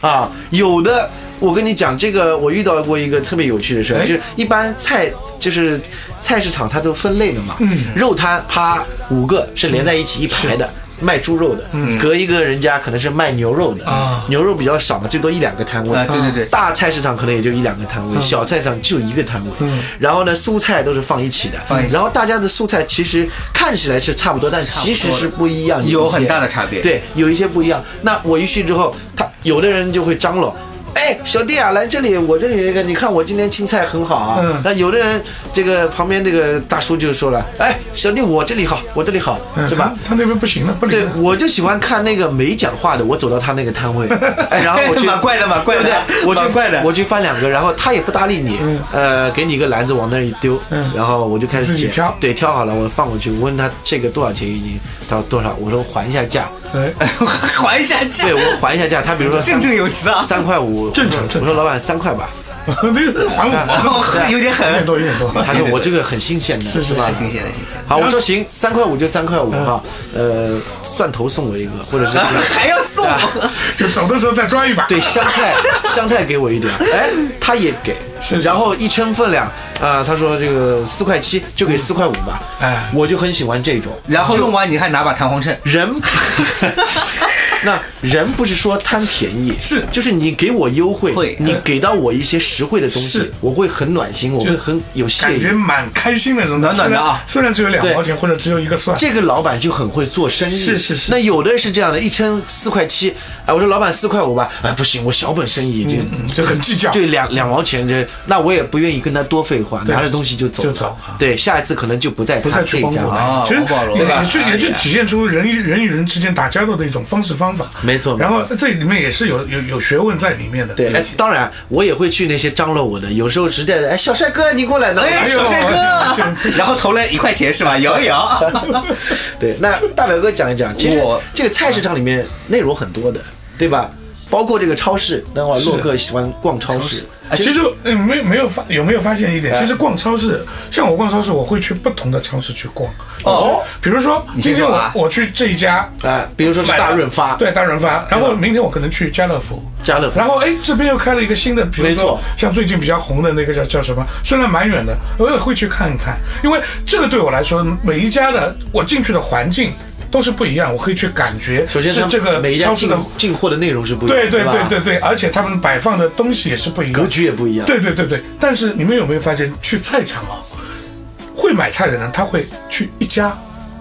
Speaker 2: 啊，有的我跟你讲，这个我遇到过一个特别有趣的事儿，
Speaker 1: 哎
Speaker 2: 就是一般菜就是菜市场它都分类的嘛，
Speaker 1: 嗯
Speaker 2: 肉摊啪五个是连在一起一排的。卖猪肉的，
Speaker 3: 嗯
Speaker 2: 隔一个人家可能是卖牛肉的
Speaker 1: 啊
Speaker 2: 牛肉比较少嘛，最多一两个摊位
Speaker 3: 啊对对对嗯
Speaker 2: 大菜市场可能也就一两个摊位，小菜市场就一个摊位，然后呢，蔬菜都是放一起的，
Speaker 3: 放一起
Speaker 2: 然后大家的蔬菜其实看起来是差不多，但
Speaker 3: 差不多
Speaker 2: 其实是不一样，
Speaker 3: 有
Speaker 2: 一些
Speaker 3: 很大的差 别
Speaker 2: 对，有一些不一样。那我一去之后，他有的人就会张罗。哎，小弟啊，来这里，我这里那个，你看我今天青菜很好啊。
Speaker 1: 嗯
Speaker 2: 那有的人，这个旁边这个大叔就说了，哎，小弟，我这里好，我这里好，
Speaker 1: 嗯
Speaker 2: 是吧？
Speaker 1: 他他那边不行了，不理
Speaker 2: 对
Speaker 1: 了，。
Speaker 2: 我就喜欢看那个没讲话的，我走到他那个 摊位，哎，然后我去，
Speaker 3: 蛮怪的蛮怪的
Speaker 2: 对不对我去
Speaker 3: 蛮怪的嗯
Speaker 2: 我去翻两个，然后他也不搭理你，呃，给你一个篮子往那儿一丢，
Speaker 1: 嗯
Speaker 2: 然后我就开始
Speaker 1: 自己
Speaker 2: 捡，
Speaker 1: 挑
Speaker 2: 对，挑好了我放过去，我问他这个多少钱一斤，他说多少，我说还一下价，
Speaker 1: 哎，
Speaker 3: 还一下价
Speaker 2: 对，我还一下价，他比如说三
Speaker 3: 振振有词啊，
Speaker 2: 三块五，
Speaker 1: 正常
Speaker 2: 我说
Speaker 1: 正常
Speaker 2: 我说老板三块吧，
Speaker 1: 那个哎还我，
Speaker 3: 有点
Speaker 1: 有点
Speaker 3: 狠，
Speaker 1: 多，有点 多。
Speaker 2: 他说我这个很新鲜的，
Speaker 1: 是是
Speaker 2: 吧
Speaker 3: 是？新鲜的，新鲜的。
Speaker 2: 好，我说行，三块五就三块五哈，呃，蒜头送我一个，或 者是。
Speaker 3: 还要送我，
Speaker 1: 就走的时候再抓一把。
Speaker 2: 对，香菜，香菜给我一点，哎，他也给，
Speaker 1: 是是
Speaker 2: 然后一称分量，啊、他说这个四块七就给四块五吧，
Speaker 1: 哎
Speaker 2: 我就很喜欢这种
Speaker 3: 然后用完你还拿把弹簧秤，
Speaker 2: 人。 那人不是说贪便宜，
Speaker 1: 是
Speaker 2: 就是你给我优惠，
Speaker 3: 会
Speaker 2: 你给到我一些实惠的东西
Speaker 1: 是，
Speaker 2: 我会很暖心，我会很有谢
Speaker 1: 感
Speaker 2: 意
Speaker 1: 觉。蛮开心的那种，
Speaker 3: 暖暖的啊
Speaker 1: 虽然虽然只有两毛钱或者只有一个蒜，
Speaker 2: 这个老板就很会做生意，
Speaker 1: 是是是
Speaker 2: 那有的是这样的，一称四块七，哎，我说老板四块五吧，哎，不行，我小本生意，这、
Speaker 1: 嗯就很计较。
Speaker 2: 对，两两毛钱这，那我也不愿意跟他多废话，
Speaker 1: 对
Speaker 2: 拿着东西就走了，
Speaker 1: 就走啊
Speaker 2: 对，下一次可能就不在
Speaker 1: 不
Speaker 2: 他
Speaker 1: 再
Speaker 2: 这
Speaker 1: 去
Speaker 2: 一
Speaker 1: 光
Speaker 2: 家
Speaker 1: 顾
Speaker 2: 了。
Speaker 3: 啊
Speaker 1: 了，其实
Speaker 3: 王宝龙
Speaker 1: 也
Speaker 3: 对吧
Speaker 1: 也就
Speaker 3: 哎呀
Speaker 1: 也就体现出人与人与人之间打交道的一种方式方法。
Speaker 2: 没错没错
Speaker 1: 然后这里面也是有有有学问在里面的。
Speaker 2: 对，哎，当然我也会去那些张罗我的，有时候实在的，哎，小帅哥你过来呢。
Speaker 3: 哎，
Speaker 1: 呦
Speaker 3: 小帅哥， 然后投了一块钱是吧？摇 一摇，
Speaker 2: 对，那大表哥讲一讲，其实
Speaker 3: 我
Speaker 2: 这个菜市场里面内容很多的，对吧？包括这个超市，那会儿洛克喜欢逛超市，
Speaker 1: 哎其实嗯，没没有发有没有发现一
Speaker 2: 哎
Speaker 1: 点？其实逛超市，像我逛超市，我会去不同的超市去逛。
Speaker 3: 哦，
Speaker 1: 比如说
Speaker 3: 你
Speaker 1: 今
Speaker 3: 先
Speaker 1: 天
Speaker 3: 说
Speaker 1: 我
Speaker 3: 啊
Speaker 1: 我去这一家，
Speaker 2: 哎，比如说是
Speaker 1: 买了
Speaker 2: 大润发，
Speaker 1: 对大润发。然后明天我可能去家乐福，
Speaker 2: 家乐福
Speaker 1: 然后哎，这边又开了一个新的，比如
Speaker 2: 没
Speaker 1: 说
Speaker 2: 错
Speaker 1: 像最近比较红的那个叫叫什么？虽然蛮远的，我也会去看一看，因为这个对我来说，每一家的我进去的环境都是不一样，我可以去感觉。
Speaker 2: 首先
Speaker 1: 这
Speaker 2: 他
Speaker 1: 这个
Speaker 2: 每一家
Speaker 1: 超市
Speaker 2: 进
Speaker 1: 的，
Speaker 2: 进货的内容是不一样的，
Speaker 1: 对对
Speaker 2: 吧
Speaker 1: 对对对，而且他们摆放的东西也是不一样，
Speaker 2: 格局也不一样，
Speaker 1: 对对对对，但是你们有没有发现，去菜场啊，会买菜的人他会去一家，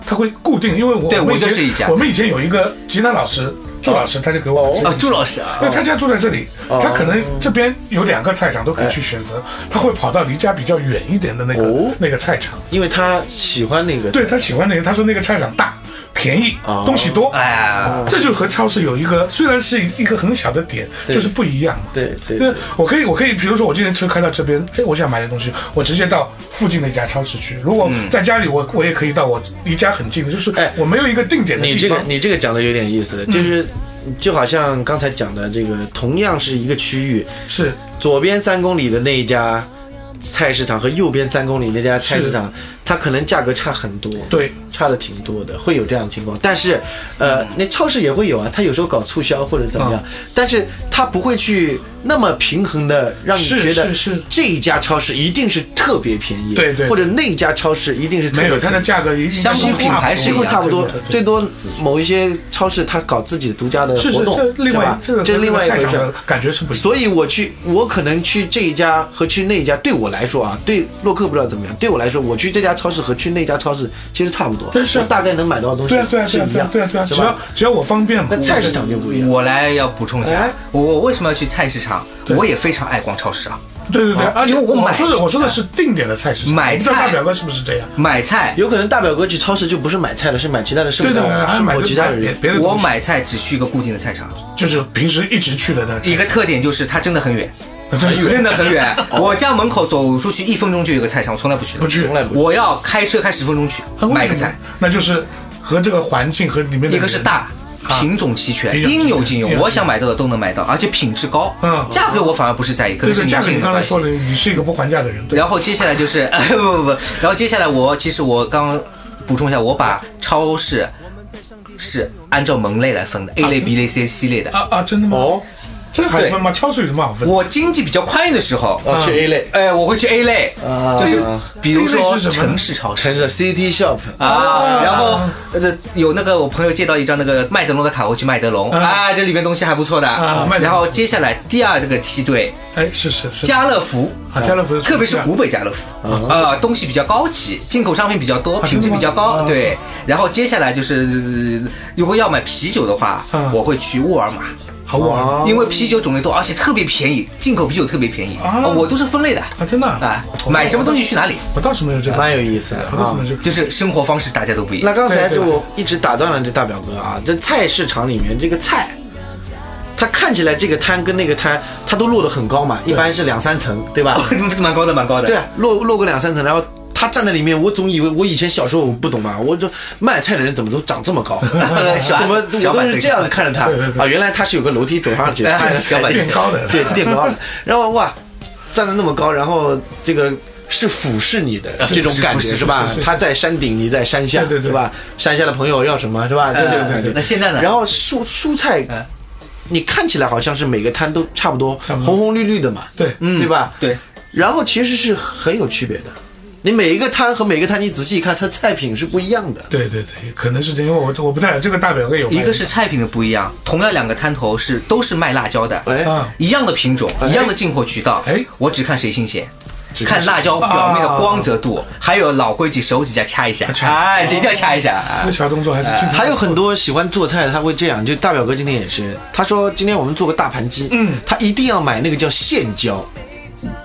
Speaker 1: 他会固定，因为我
Speaker 3: 对
Speaker 1: 我们
Speaker 3: 我
Speaker 1: 以前
Speaker 3: 就是一家
Speaker 1: 我们以前有一个吉南老师朱老师，他就给我指
Speaker 3: 啊，朱老师哦啊，
Speaker 1: 那他家住在这里，他可能这边有两个菜场都可以去选择，他会跑到离家比较远一点的那
Speaker 2: 哦
Speaker 1: 个那个菜场，
Speaker 2: 因为他喜欢那个，
Speaker 1: 对他喜欢那个，他说那个菜场大。便宜，东西多，
Speaker 3: 哎呀
Speaker 1: 这就和超市有一个，虽然是一个很小的点，就是不一样嘛。
Speaker 2: 对对
Speaker 1: 那 我可以，我可以，比如说我今天车开到这边，哎，我想买点东西，我直接到附近的一家超市去。如果在家里，我我也可以到我离家很近的，就是
Speaker 2: 嗯哎
Speaker 1: 我没有一个定点的
Speaker 2: 你
Speaker 1: 地
Speaker 2: 这个
Speaker 1: 方。嗯
Speaker 2: 你这个讲的有点意思，就是就好像刚才讲的这个，同样是一个区域，
Speaker 1: 是
Speaker 2: 左边三公里的那一家菜市场和右边三公里那家菜市场，它可能价格差很多，
Speaker 1: 对，
Speaker 2: 差的挺多的，会有这样的情况。但是，
Speaker 1: 嗯
Speaker 2: 呃，那超市也会有啊，它有时候搞促销或者怎
Speaker 1: 啊
Speaker 2: 么样，但是它不会去那么平衡的让你
Speaker 1: 是
Speaker 2: 觉得
Speaker 1: 是是
Speaker 2: 这一家超市一定是特别便宜，
Speaker 1: 对对
Speaker 2: 或者那一家超市一定是特
Speaker 1: 没
Speaker 2: 别
Speaker 1: 有
Speaker 2: 便宜
Speaker 1: 它的价格一定
Speaker 3: 相互品牌是
Speaker 2: 几
Speaker 3: 一
Speaker 2: 乎
Speaker 3: 样
Speaker 2: 差不多
Speaker 1: 对对，对
Speaker 2: 最多某一些超市它搞自己独家的
Speaker 1: 是
Speaker 2: 活
Speaker 1: 是
Speaker 2: 动，
Speaker 1: 这另外
Speaker 2: 吧？
Speaker 1: 这个
Speaker 2: 这
Speaker 1: 跟
Speaker 2: 另外一
Speaker 1: 菜
Speaker 2: 回
Speaker 1: 场
Speaker 2: 事
Speaker 1: 的
Speaker 2: 儿。
Speaker 1: 感觉是不一样。
Speaker 2: 所以我去，我可能去这一家和去那一家，对我来说啊，对洛克不知道怎么样，对我来说，我去这家超市和去那家超市其实差不多，
Speaker 1: 对是啊
Speaker 2: 我大概能买到的东西
Speaker 1: 对啊对啊
Speaker 2: 是
Speaker 1: 对啊
Speaker 2: 一
Speaker 1: 对啊
Speaker 2: 样，
Speaker 1: 对啊对啊，
Speaker 2: 是
Speaker 1: 只要
Speaker 2: 吧？
Speaker 1: 只要我嗯方便嘛
Speaker 2: 那。菜市场就不一样，
Speaker 3: 我来要补充一下
Speaker 2: 哎，
Speaker 3: 我我为什么要去菜市场？我也非常爱逛超市啊，
Speaker 1: 对对对，
Speaker 2: 哦
Speaker 1: 而且
Speaker 3: 因为我买
Speaker 1: 我说的我说的是定点的菜市场，
Speaker 3: 买
Speaker 1: 我不知道
Speaker 3: 菜
Speaker 1: 大表哥是不是这样？
Speaker 3: 买菜。
Speaker 2: 有可能大表哥去超市就不是买菜了，是买其他的生
Speaker 1: 对对对，
Speaker 2: 活
Speaker 1: 还是
Speaker 2: 生
Speaker 1: 买
Speaker 2: 活其他的
Speaker 1: 别
Speaker 2: 人。
Speaker 1: 别的东西
Speaker 3: 我买菜只去一个固定的菜场，
Speaker 1: 就是平时一直去的那
Speaker 3: 一个特点就是它真的很远，
Speaker 1: 对哦
Speaker 3: 真的很 远。我家门口走出去一分钟就有一个菜场，我从来不去的。
Speaker 1: 不去啊
Speaker 2: 从来不
Speaker 3: 我要开车开十分钟去买个菜，，
Speaker 1: 那就是和这个环境和里面的
Speaker 3: 一个是
Speaker 1: 人
Speaker 3: 大。
Speaker 1: 啊
Speaker 3: 品种齐全，
Speaker 1: 品种齐全
Speaker 3: 应有尽
Speaker 1: 应有尽
Speaker 3: 有，
Speaker 1: 有
Speaker 3: 我想买到的都能买到，而且品质高。
Speaker 1: 嗯
Speaker 3: 价格我反而不是在意，可
Speaker 1: 对
Speaker 3: 能是
Speaker 1: 对，
Speaker 3: 年
Speaker 1: 价格
Speaker 3: 轻
Speaker 1: 你
Speaker 3: 人的
Speaker 1: 刚才
Speaker 3: 关系
Speaker 1: 说。了，你是一个不还价的人，对，
Speaker 3: 然后接下来就是， 不不不，然后接下来我其实我刚刚补充一下，我把超市是按照门类来分的，A 类、B 类、C C 类的。
Speaker 1: 啊啊，真的吗？
Speaker 2: 哦，
Speaker 1: 这个还分吗？超市有什么好分？
Speaker 3: 我经济比较宽裕的时候，
Speaker 2: 啊，
Speaker 1: 嗯
Speaker 2: 去 A 类，
Speaker 3: 哎，我会去 A 类，
Speaker 2: 啊
Speaker 3: 就是比如
Speaker 1: A
Speaker 3: 说
Speaker 1: 类是什么
Speaker 3: 城市超市
Speaker 2: 城市的 CT shop
Speaker 3: 啊，然后呃有那个我朋友借到一张那个麦德龙的卡，我去麦德龙啊，这里面东西还不错的
Speaker 1: 啊麦德龙
Speaker 3: 然后接下来第二个梯队
Speaker 1: 哎，是是是，
Speaker 3: 家乐福。
Speaker 1: 啊，家乐福，
Speaker 3: 特别是古北家乐福啊，东西比较高级，进口商品比较多，
Speaker 1: 啊
Speaker 3: 品质比
Speaker 1: 真
Speaker 3: 较
Speaker 1: 的
Speaker 3: 高。
Speaker 1: 吗
Speaker 3: 对，然后接下来就是，呃如果要买啤酒的话
Speaker 1: 啊，
Speaker 3: 我会去沃尔玛，
Speaker 1: 好玩
Speaker 3: 因为啤酒种类多，而且特别便宜，进口啤酒特别便宜。
Speaker 1: 啊
Speaker 3: 啊我都是分类的
Speaker 1: 啊，真的
Speaker 3: 啊，
Speaker 2: 哎
Speaker 3: 买什么东西去哪里，
Speaker 1: 我倒是没有这个，哎
Speaker 2: 蛮有意思的
Speaker 1: 我倒是
Speaker 2: 啊
Speaker 1: 没。有这个，
Speaker 3: 就是生活方式大家都不一
Speaker 2: 那
Speaker 3: 样。
Speaker 2: 刚才
Speaker 1: 嗯对
Speaker 2: 就
Speaker 1: 对
Speaker 2: 我一直打断了这大表哥啊，在菜市场里面，这个菜，它看起来这个摊跟那个摊，它都落得很高嘛，一般是两三层，对吧？
Speaker 3: 蛮高的，蛮高的。
Speaker 2: 对啊，落落个两三层，然后他站在里面，我总以为我以前小时候我不懂嘛，我就卖菜的人怎么都长这么高，
Speaker 3: 小
Speaker 2: 怎么
Speaker 3: 小
Speaker 2: 我
Speaker 3: 板
Speaker 2: 都
Speaker 3: 凳
Speaker 2: 是这样看着他
Speaker 1: 对对对
Speaker 2: 啊？原来他是有个楼梯走上
Speaker 3: 哎
Speaker 2: 去，哎他
Speaker 3: 小板凳
Speaker 1: 变高的，
Speaker 2: 对，垫高了，然后哇，站得那么高，然后这个是俯视你的这种感觉
Speaker 1: 是
Speaker 2: 是吧
Speaker 1: 是是是？
Speaker 2: 他在山顶，你在山下，
Speaker 1: 对对对
Speaker 2: 是吧？山下的朋友要什么是吧？对
Speaker 3: 嗯
Speaker 2: 对对对。
Speaker 3: 那现在呢
Speaker 2: 然后蔬蔬菜
Speaker 3: 嗯，
Speaker 2: 你看起来好像是每个摊都差不多，
Speaker 1: 差不
Speaker 2: 红
Speaker 1: 多
Speaker 2: 红绿绿的嘛，
Speaker 1: 对
Speaker 2: 对吧？
Speaker 3: 对。
Speaker 2: 然后其实是很有区别的，你每一个摊和每个摊，你仔细看，它菜品是不一样的。
Speaker 1: 对对对，可能是这样，因为我我不太这个大表哥有
Speaker 3: 一个是菜品的不一样，同样两个摊头是都是卖辣椒的，
Speaker 2: 哎
Speaker 1: 啊
Speaker 3: 一样的品种，一样的进货渠道，
Speaker 1: 哎
Speaker 3: 我只看哎谁新鲜。
Speaker 2: 看
Speaker 3: 看辣椒表面的光泽度，还有老规矩，手指甲掐一下，
Speaker 1: 掐
Speaker 3: 哎，这一定要掐一下。
Speaker 1: 这
Speaker 3: 啊
Speaker 1: 个小动作还是经常
Speaker 2: 哎还有很多喜欢做菜的，他会这样，就大表哥今天也是，他说今天我们做个大盘鸡，
Speaker 1: 嗯
Speaker 2: 他一定要买那个叫线椒，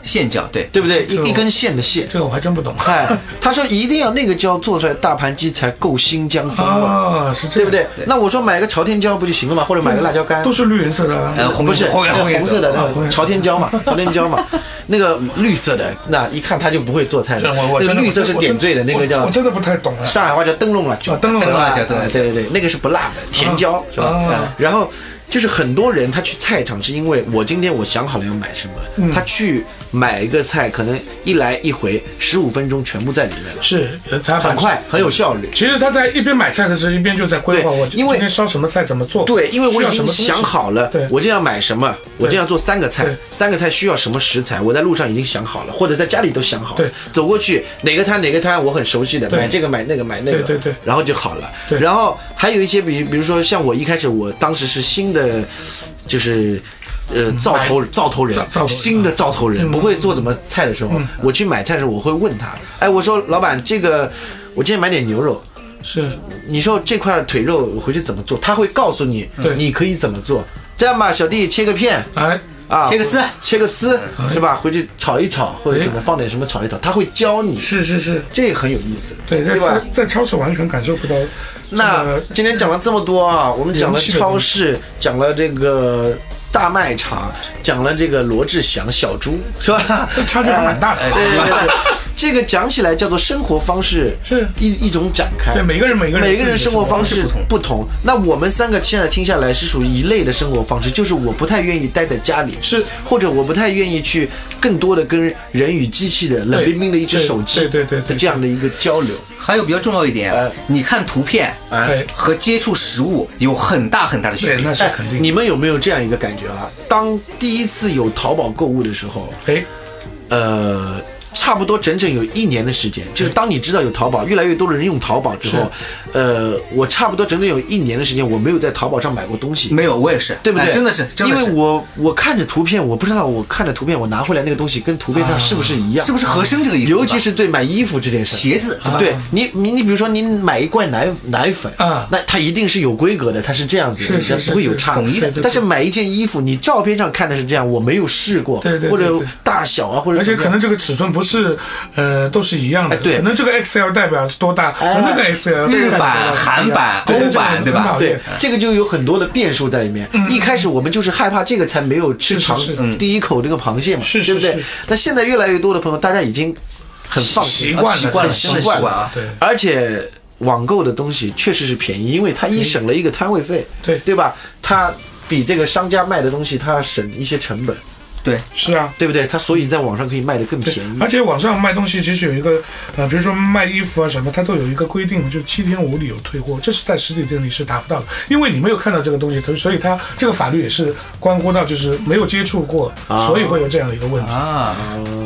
Speaker 3: 线椒，对，
Speaker 2: 对不对？
Speaker 1: 这个
Speaker 2: 一一根线的线，
Speaker 1: 这个我还真不懂
Speaker 2: 哎，他说一定要那个椒做出来大盘鸡才够新疆风味，
Speaker 1: 啊，是这
Speaker 2: 对
Speaker 1: 样
Speaker 2: 不对？？那我说买个朝天椒不就行了吗？或者买个辣椒干，
Speaker 1: 都是绿颜色的
Speaker 3: 呃
Speaker 1: 啊，
Speaker 3: 红
Speaker 2: 不是
Speaker 3: 红
Speaker 2: 呃
Speaker 3: 红
Speaker 2: 红色的
Speaker 1: 啊
Speaker 2: 那
Speaker 1: 红
Speaker 2: 个
Speaker 1: 色
Speaker 2: 朝天椒 嘛，朝天椒嘛，那个绿色的那一看他就不会做菜
Speaker 1: 这
Speaker 2: 了
Speaker 1: 我，我
Speaker 2: 那个
Speaker 1: 真的
Speaker 2: 绿色是
Speaker 1: 我
Speaker 2: 点缀的，那
Speaker 1: 我
Speaker 2: 个叫
Speaker 1: 我真的不太懂啊。
Speaker 2: 上海话叫灯笼辣椒
Speaker 1: 啊，灯笼辣椒
Speaker 2: 啊
Speaker 3: 灯笼辣椒
Speaker 2: 对对对，那个是不辣的，甜椒、是吧？嗯
Speaker 1: 啊
Speaker 2: 然后就是很多人他去菜场是因为我今天我想好了要买什么，
Speaker 1: 嗯
Speaker 2: 他去买一个菜，可能一来一回十五分钟全部在里面了，
Speaker 1: 是，他
Speaker 2: 很快，很有效率。
Speaker 1: 其实他在一边买菜的时候，一边就在规划
Speaker 2: 对
Speaker 1: 我
Speaker 2: 因为
Speaker 1: 今天烧什么菜怎么做。
Speaker 2: 对，因为我
Speaker 1: 需
Speaker 2: 已
Speaker 1: 要什
Speaker 2: 经
Speaker 1: 么东西
Speaker 2: 想好了
Speaker 1: 对，
Speaker 2: 我就要买什么，我就要做三个菜
Speaker 1: 对，
Speaker 2: 三个菜需要什么食材，我在路上已经想好了，或者在家里都想好了
Speaker 1: 对。
Speaker 2: 走过去哪个摊哪个摊，我很熟悉的，
Speaker 1: 对
Speaker 2: 买这个买那个买那个，
Speaker 1: 对对对
Speaker 2: 然后就好了。
Speaker 1: 对
Speaker 2: 然后还有一些比，比如说像我一开始，我当时是新的，就是。呃，灶头灶头人
Speaker 1: 灶头人，嗯
Speaker 2: 新的灶头人不会做怎么菜的时候，我去买菜的时候，我会问他，哎，我说老板，这个我今天买点牛肉，
Speaker 1: 是
Speaker 2: 你说这块腿肉我回去怎么做？他会告诉你
Speaker 1: 对，
Speaker 2: 你可以怎么做。这样吧，小弟切个片
Speaker 1: 哎，
Speaker 2: 啊，
Speaker 3: 切个丝
Speaker 2: 切个丝是吧？回去炒一炒，或者怎么放点什么炒一炒，他会教你，
Speaker 1: 哎是是是，
Speaker 2: 这个很有意思，
Speaker 1: 对，在
Speaker 2: 吧
Speaker 1: 在？在超市完全感受不到这
Speaker 2: 那
Speaker 1: 个。
Speaker 2: 今天讲了这么多啊，我们讲了
Speaker 1: 人气的东
Speaker 2: 超市，讲了这个大卖场，讲了这个罗志祥、小猪，是吧？
Speaker 1: 差距还蛮大的
Speaker 2: 哎对对 对对，这个讲起来叫做生活方式，
Speaker 1: 是
Speaker 2: 一一种展开。
Speaker 1: 对每个人每个人
Speaker 2: 每个人
Speaker 1: 自己的
Speaker 2: 生活方
Speaker 1: 生
Speaker 2: 式
Speaker 1: 活方式
Speaker 2: 不同。那我们三个现在听下来是属于一类的生活方式，就是我不太愿意待在家里，
Speaker 1: 是
Speaker 2: 或者我不太愿意去更多的跟人与机器的冷冰冰的一只
Speaker 1: 对
Speaker 2: 手机，
Speaker 1: 对对对对
Speaker 2: 这样的一个交流。
Speaker 3: 还有比较重要一点
Speaker 2: 哎，
Speaker 3: 你看图片
Speaker 1: 哎，
Speaker 3: 和接触实物有很大很大的区
Speaker 1: 对，
Speaker 3: 别
Speaker 1: 那。是肯定。
Speaker 2: 你们有没有这样一个感觉啊？当第一次有淘宝购物的时候，
Speaker 1: 哎，
Speaker 2: 呃，差不多整整有一年的时间，就是当你知道有淘宝，越来越多的人用淘宝之后，呃，我差不多整整有一年的时间，我没有在淘宝上买过东西，
Speaker 3: 没有，我也是，
Speaker 2: 对不对？
Speaker 3: 哎真的是，真
Speaker 2: 因
Speaker 3: 的
Speaker 2: 为
Speaker 3: 是。
Speaker 2: 我我看着图片，我不知道我看着图片，我拿回来那个东西跟图片上是不是一样，
Speaker 3: 啊是不是合身这个衣服
Speaker 2: 尤其是对买衣服这件事，
Speaker 3: 鞋子
Speaker 2: 对你你你比如说你买一罐奶奶粉
Speaker 1: 啊
Speaker 2: 那它一定是有规格的，它是这样子的，
Speaker 1: 是是
Speaker 2: 它
Speaker 1: 是
Speaker 2: 不会有
Speaker 1: 是
Speaker 2: 差
Speaker 1: 统一的对对
Speaker 2: 但是买一件衣服，你照片上看的是这样，我没有试过，
Speaker 1: 对对对
Speaker 2: 或者
Speaker 1: 对
Speaker 2: 大小啊，或者
Speaker 1: 而且
Speaker 2: 怎么
Speaker 1: 可
Speaker 2: 样
Speaker 1: 能这个尺寸不是，呃，都是一样的。
Speaker 2: 哎对
Speaker 1: 可能这个 XL 代表是多大，可能那个 XL
Speaker 3: 日
Speaker 1: 代表
Speaker 3: 版、
Speaker 1: 多大
Speaker 3: 韩版、
Speaker 1: 对
Speaker 3: 欧
Speaker 1: 这个
Speaker 3: 版，
Speaker 1: 很
Speaker 3: 对吧
Speaker 1: 好？
Speaker 2: 对
Speaker 1: 对，
Speaker 2: 这个就有很多的变数在里面。一开始我们就是害怕这个，才没有吃尝
Speaker 1: 嗯是是是
Speaker 2: 第一口这个螃蟹嘛，
Speaker 1: 是
Speaker 2: 对
Speaker 1: 是
Speaker 2: 不对
Speaker 1: 是？
Speaker 2: 那现在越来越多的朋友，大家已经很放
Speaker 1: 习
Speaker 2: 心
Speaker 1: 惯了，
Speaker 3: 习惯了
Speaker 1: 对
Speaker 3: 真的
Speaker 2: 习惯
Speaker 3: 习惯啊
Speaker 1: 对
Speaker 2: 而且网购的东西确实是便宜，因为它一省了一个摊位费，
Speaker 1: 对
Speaker 2: 对吧？它比这个商家卖的东西，它要省一些成本。
Speaker 3: 对，
Speaker 1: 是啊，
Speaker 2: 对不对？它所以在网上可以卖的更便宜。
Speaker 1: 而且网上卖东西其实有一个，呃，比如说卖衣服啊什么，它都有一个规定，就七天无理由退货，这是在实体店里是达不到的，因为你没有看到这个东西，所以所以它这个法律也是关乎到就是没有接触过，所以会有这样一个问题。
Speaker 3: 啊，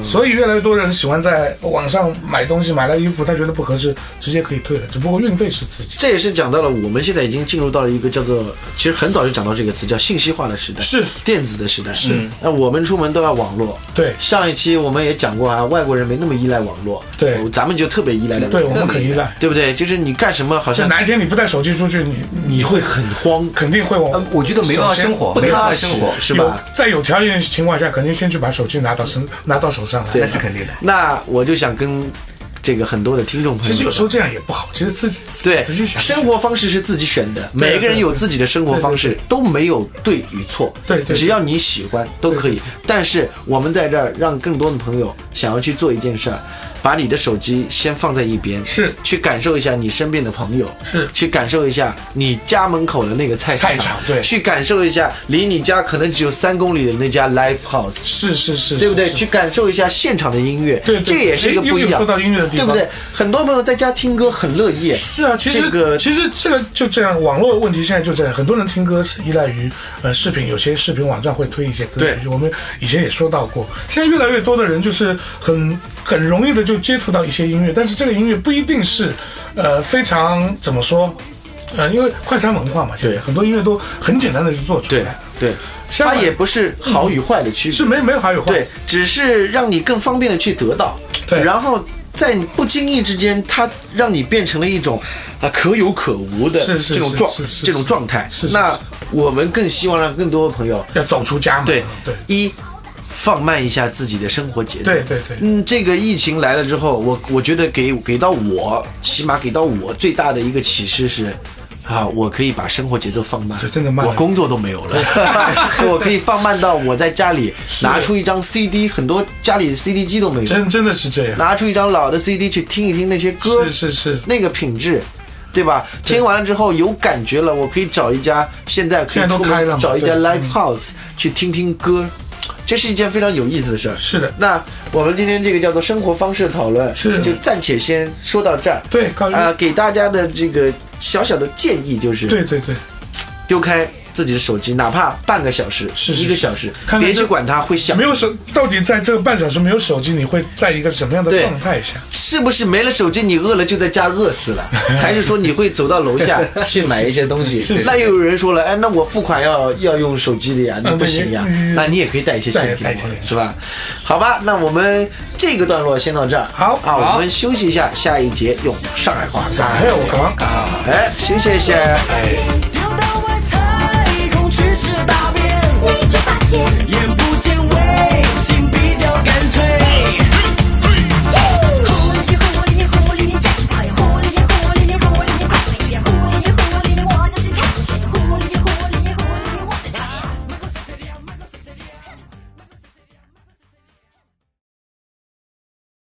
Speaker 1: 所以越来越多人喜欢在网上买东西，买了衣服他觉得不合适，直接可以退了，只不过运费是自己。
Speaker 2: 这也是讲到了我们现在已经进入到了一个叫做，其实很早就讲到这个词叫信息化的时代，
Speaker 1: 是
Speaker 2: 电子的时代。是，那我们出门都要网络。
Speaker 1: 对
Speaker 2: 上一期我们也讲过啊，外国人没那么依赖网络，
Speaker 1: 对
Speaker 2: 呃咱们就特别依赖的，
Speaker 1: 对，我们可依赖。
Speaker 2: 对不对？就是你干什么好
Speaker 1: 就
Speaker 2: 像
Speaker 1: 哪一天你不带手机出去，你你
Speaker 2: 你会很慌，
Speaker 1: 肯定会
Speaker 3: 呃
Speaker 1: 往。
Speaker 3: 我觉得没办法生活，
Speaker 2: 不
Speaker 3: 没办
Speaker 2: 踏
Speaker 3: 法
Speaker 2: 实
Speaker 3: 生活，
Speaker 2: 是吧？
Speaker 1: 有在有条件的情况下，肯定先去把手机拿到身拿到手上来。
Speaker 3: 那是肯定的。
Speaker 2: 那我就想跟这个很多的听众朋友
Speaker 1: 其
Speaker 2: 们，
Speaker 1: 实有时候这样也不好，其实自己
Speaker 2: 对，
Speaker 1: 仔细想一想
Speaker 2: 生活方式是自己选的，每个人有自己的生活方式，都没有对与错。
Speaker 1: 对对对
Speaker 2: 只要你喜欢都可以。但是我们在这儿让更多的朋友想要去做一件事儿，把你的手机先放在一边，
Speaker 1: 是
Speaker 2: 去感受一下你身边的朋友，
Speaker 1: 是
Speaker 2: 去感受一下你家门口的那个菜
Speaker 1: 菜场对
Speaker 2: 去感受一下离你家可能只有三公里的那家 live house。
Speaker 1: 是是是，
Speaker 2: 对不对？
Speaker 1: 是
Speaker 2: 去感受一下现场的音乐，
Speaker 1: 对对
Speaker 2: 这也是一个
Speaker 1: 哎
Speaker 2: 不一
Speaker 1: 又
Speaker 2: 样。
Speaker 1: 又说到音乐的地
Speaker 2: 对
Speaker 1: 方
Speaker 2: 不对？很多朋友在家听歌很乐意，
Speaker 1: 是啊，其实、
Speaker 2: 这个
Speaker 1: 其实这个就这样，网络问题现在就这样，很多人听歌是依赖于呃视频，有些视频网站会推一些歌曲，
Speaker 2: 对
Speaker 1: 我们以前也说到过，现在越来越多的人就是很很容易的就接触到一些音乐，但是这个音乐不一定是呃非常怎么说。呃，因为快餐文化嘛，现在
Speaker 2: 对
Speaker 1: 很多音乐都很简单的就做出来
Speaker 2: 对
Speaker 1: 了，
Speaker 2: 对，
Speaker 1: 像嗯
Speaker 2: 它也不是好与坏的区
Speaker 1: 是
Speaker 2: 别，
Speaker 1: 没没有好有坏，
Speaker 2: 对，只是让你更方便的去得到，
Speaker 1: 对
Speaker 2: 然后在你不经意之间，它让你变成了一种啊可有可无的
Speaker 1: 是是
Speaker 2: 这种
Speaker 1: 是
Speaker 2: 状
Speaker 1: 是是
Speaker 2: 这种状态
Speaker 1: 是。是
Speaker 2: 那
Speaker 1: 是
Speaker 2: 我们更希望让更多的朋友
Speaker 1: 要走出家门，
Speaker 2: 对
Speaker 1: 对
Speaker 2: 一。放慢一下自己的生活节奏。
Speaker 1: 对对对
Speaker 2: 嗯，这个疫情来了之后，我我觉得给给到我，起码给到我最大的一个启示是，啊，我可以把生活节奏放慢。
Speaker 1: 这真的慢了
Speaker 2: 我工作都没 有了，我可以放慢到我在家里拿出一张 CD，很多家里 CD 机都没有，
Speaker 1: 真真的是这样，
Speaker 2: 拿出一张老的 CD 去听一听那些歌，
Speaker 1: 是是是，
Speaker 2: 那个品质，对吧？听完了之后有感觉了，我可以找一家现在可以
Speaker 1: 现在
Speaker 2: 出
Speaker 1: 都开了
Speaker 2: 门
Speaker 1: 嘛
Speaker 2: 找一家
Speaker 1: 对嗯
Speaker 2: live house 去听听歌，这是一件非常有意思的事儿。
Speaker 1: 是的
Speaker 2: 那我们今天这个叫做生活方式的讨论，
Speaker 1: 是
Speaker 2: 就暂且先说到这儿。
Speaker 1: 对高一
Speaker 2: 啊、给大家的这个小小的建议就是，
Speaker 1: 对对对，
Speaker 2: 丢开自己的手机，哪怕半个小时、
Speaker 1: 是是
Speaker 2: 一个小时，
Speaker 1: 看看
Speaker 2: 别
Speaker 1: 这
Speaker 2: 去管它会响
Speaker 1: 没。有手，到底在这个半小时没有手机，你会在一个什么样的
Speaker 2: 对
Speaker 1: 状态下？
Speaker 2: 是不是没了手机，你饿了就在家饿死 了，还是说你会走到楼下 去买一些东西
Speaker 1: 是是？
Speaker 2: 那又有人说了，哎，那我付款要要用手机的呀，那不行呀
Speaker 1: 嗯对你，
Speaker 2: 那你也可以带一些现金
Speaker 1: 带
Speaker 2: 过
Speaker 1: 带
Speaker 2: 来，是吧？好吧，那我们这个段落先到这儿。
Speaker 1: 好
Speaker 2: 啊，
Speaker 1: 好
Speaker 2: 我们休息一下，下一节用上海话。
Speaker 1: 上海话讲
Speaker 2: 哎，休息一下。
Speaker 1: 哎。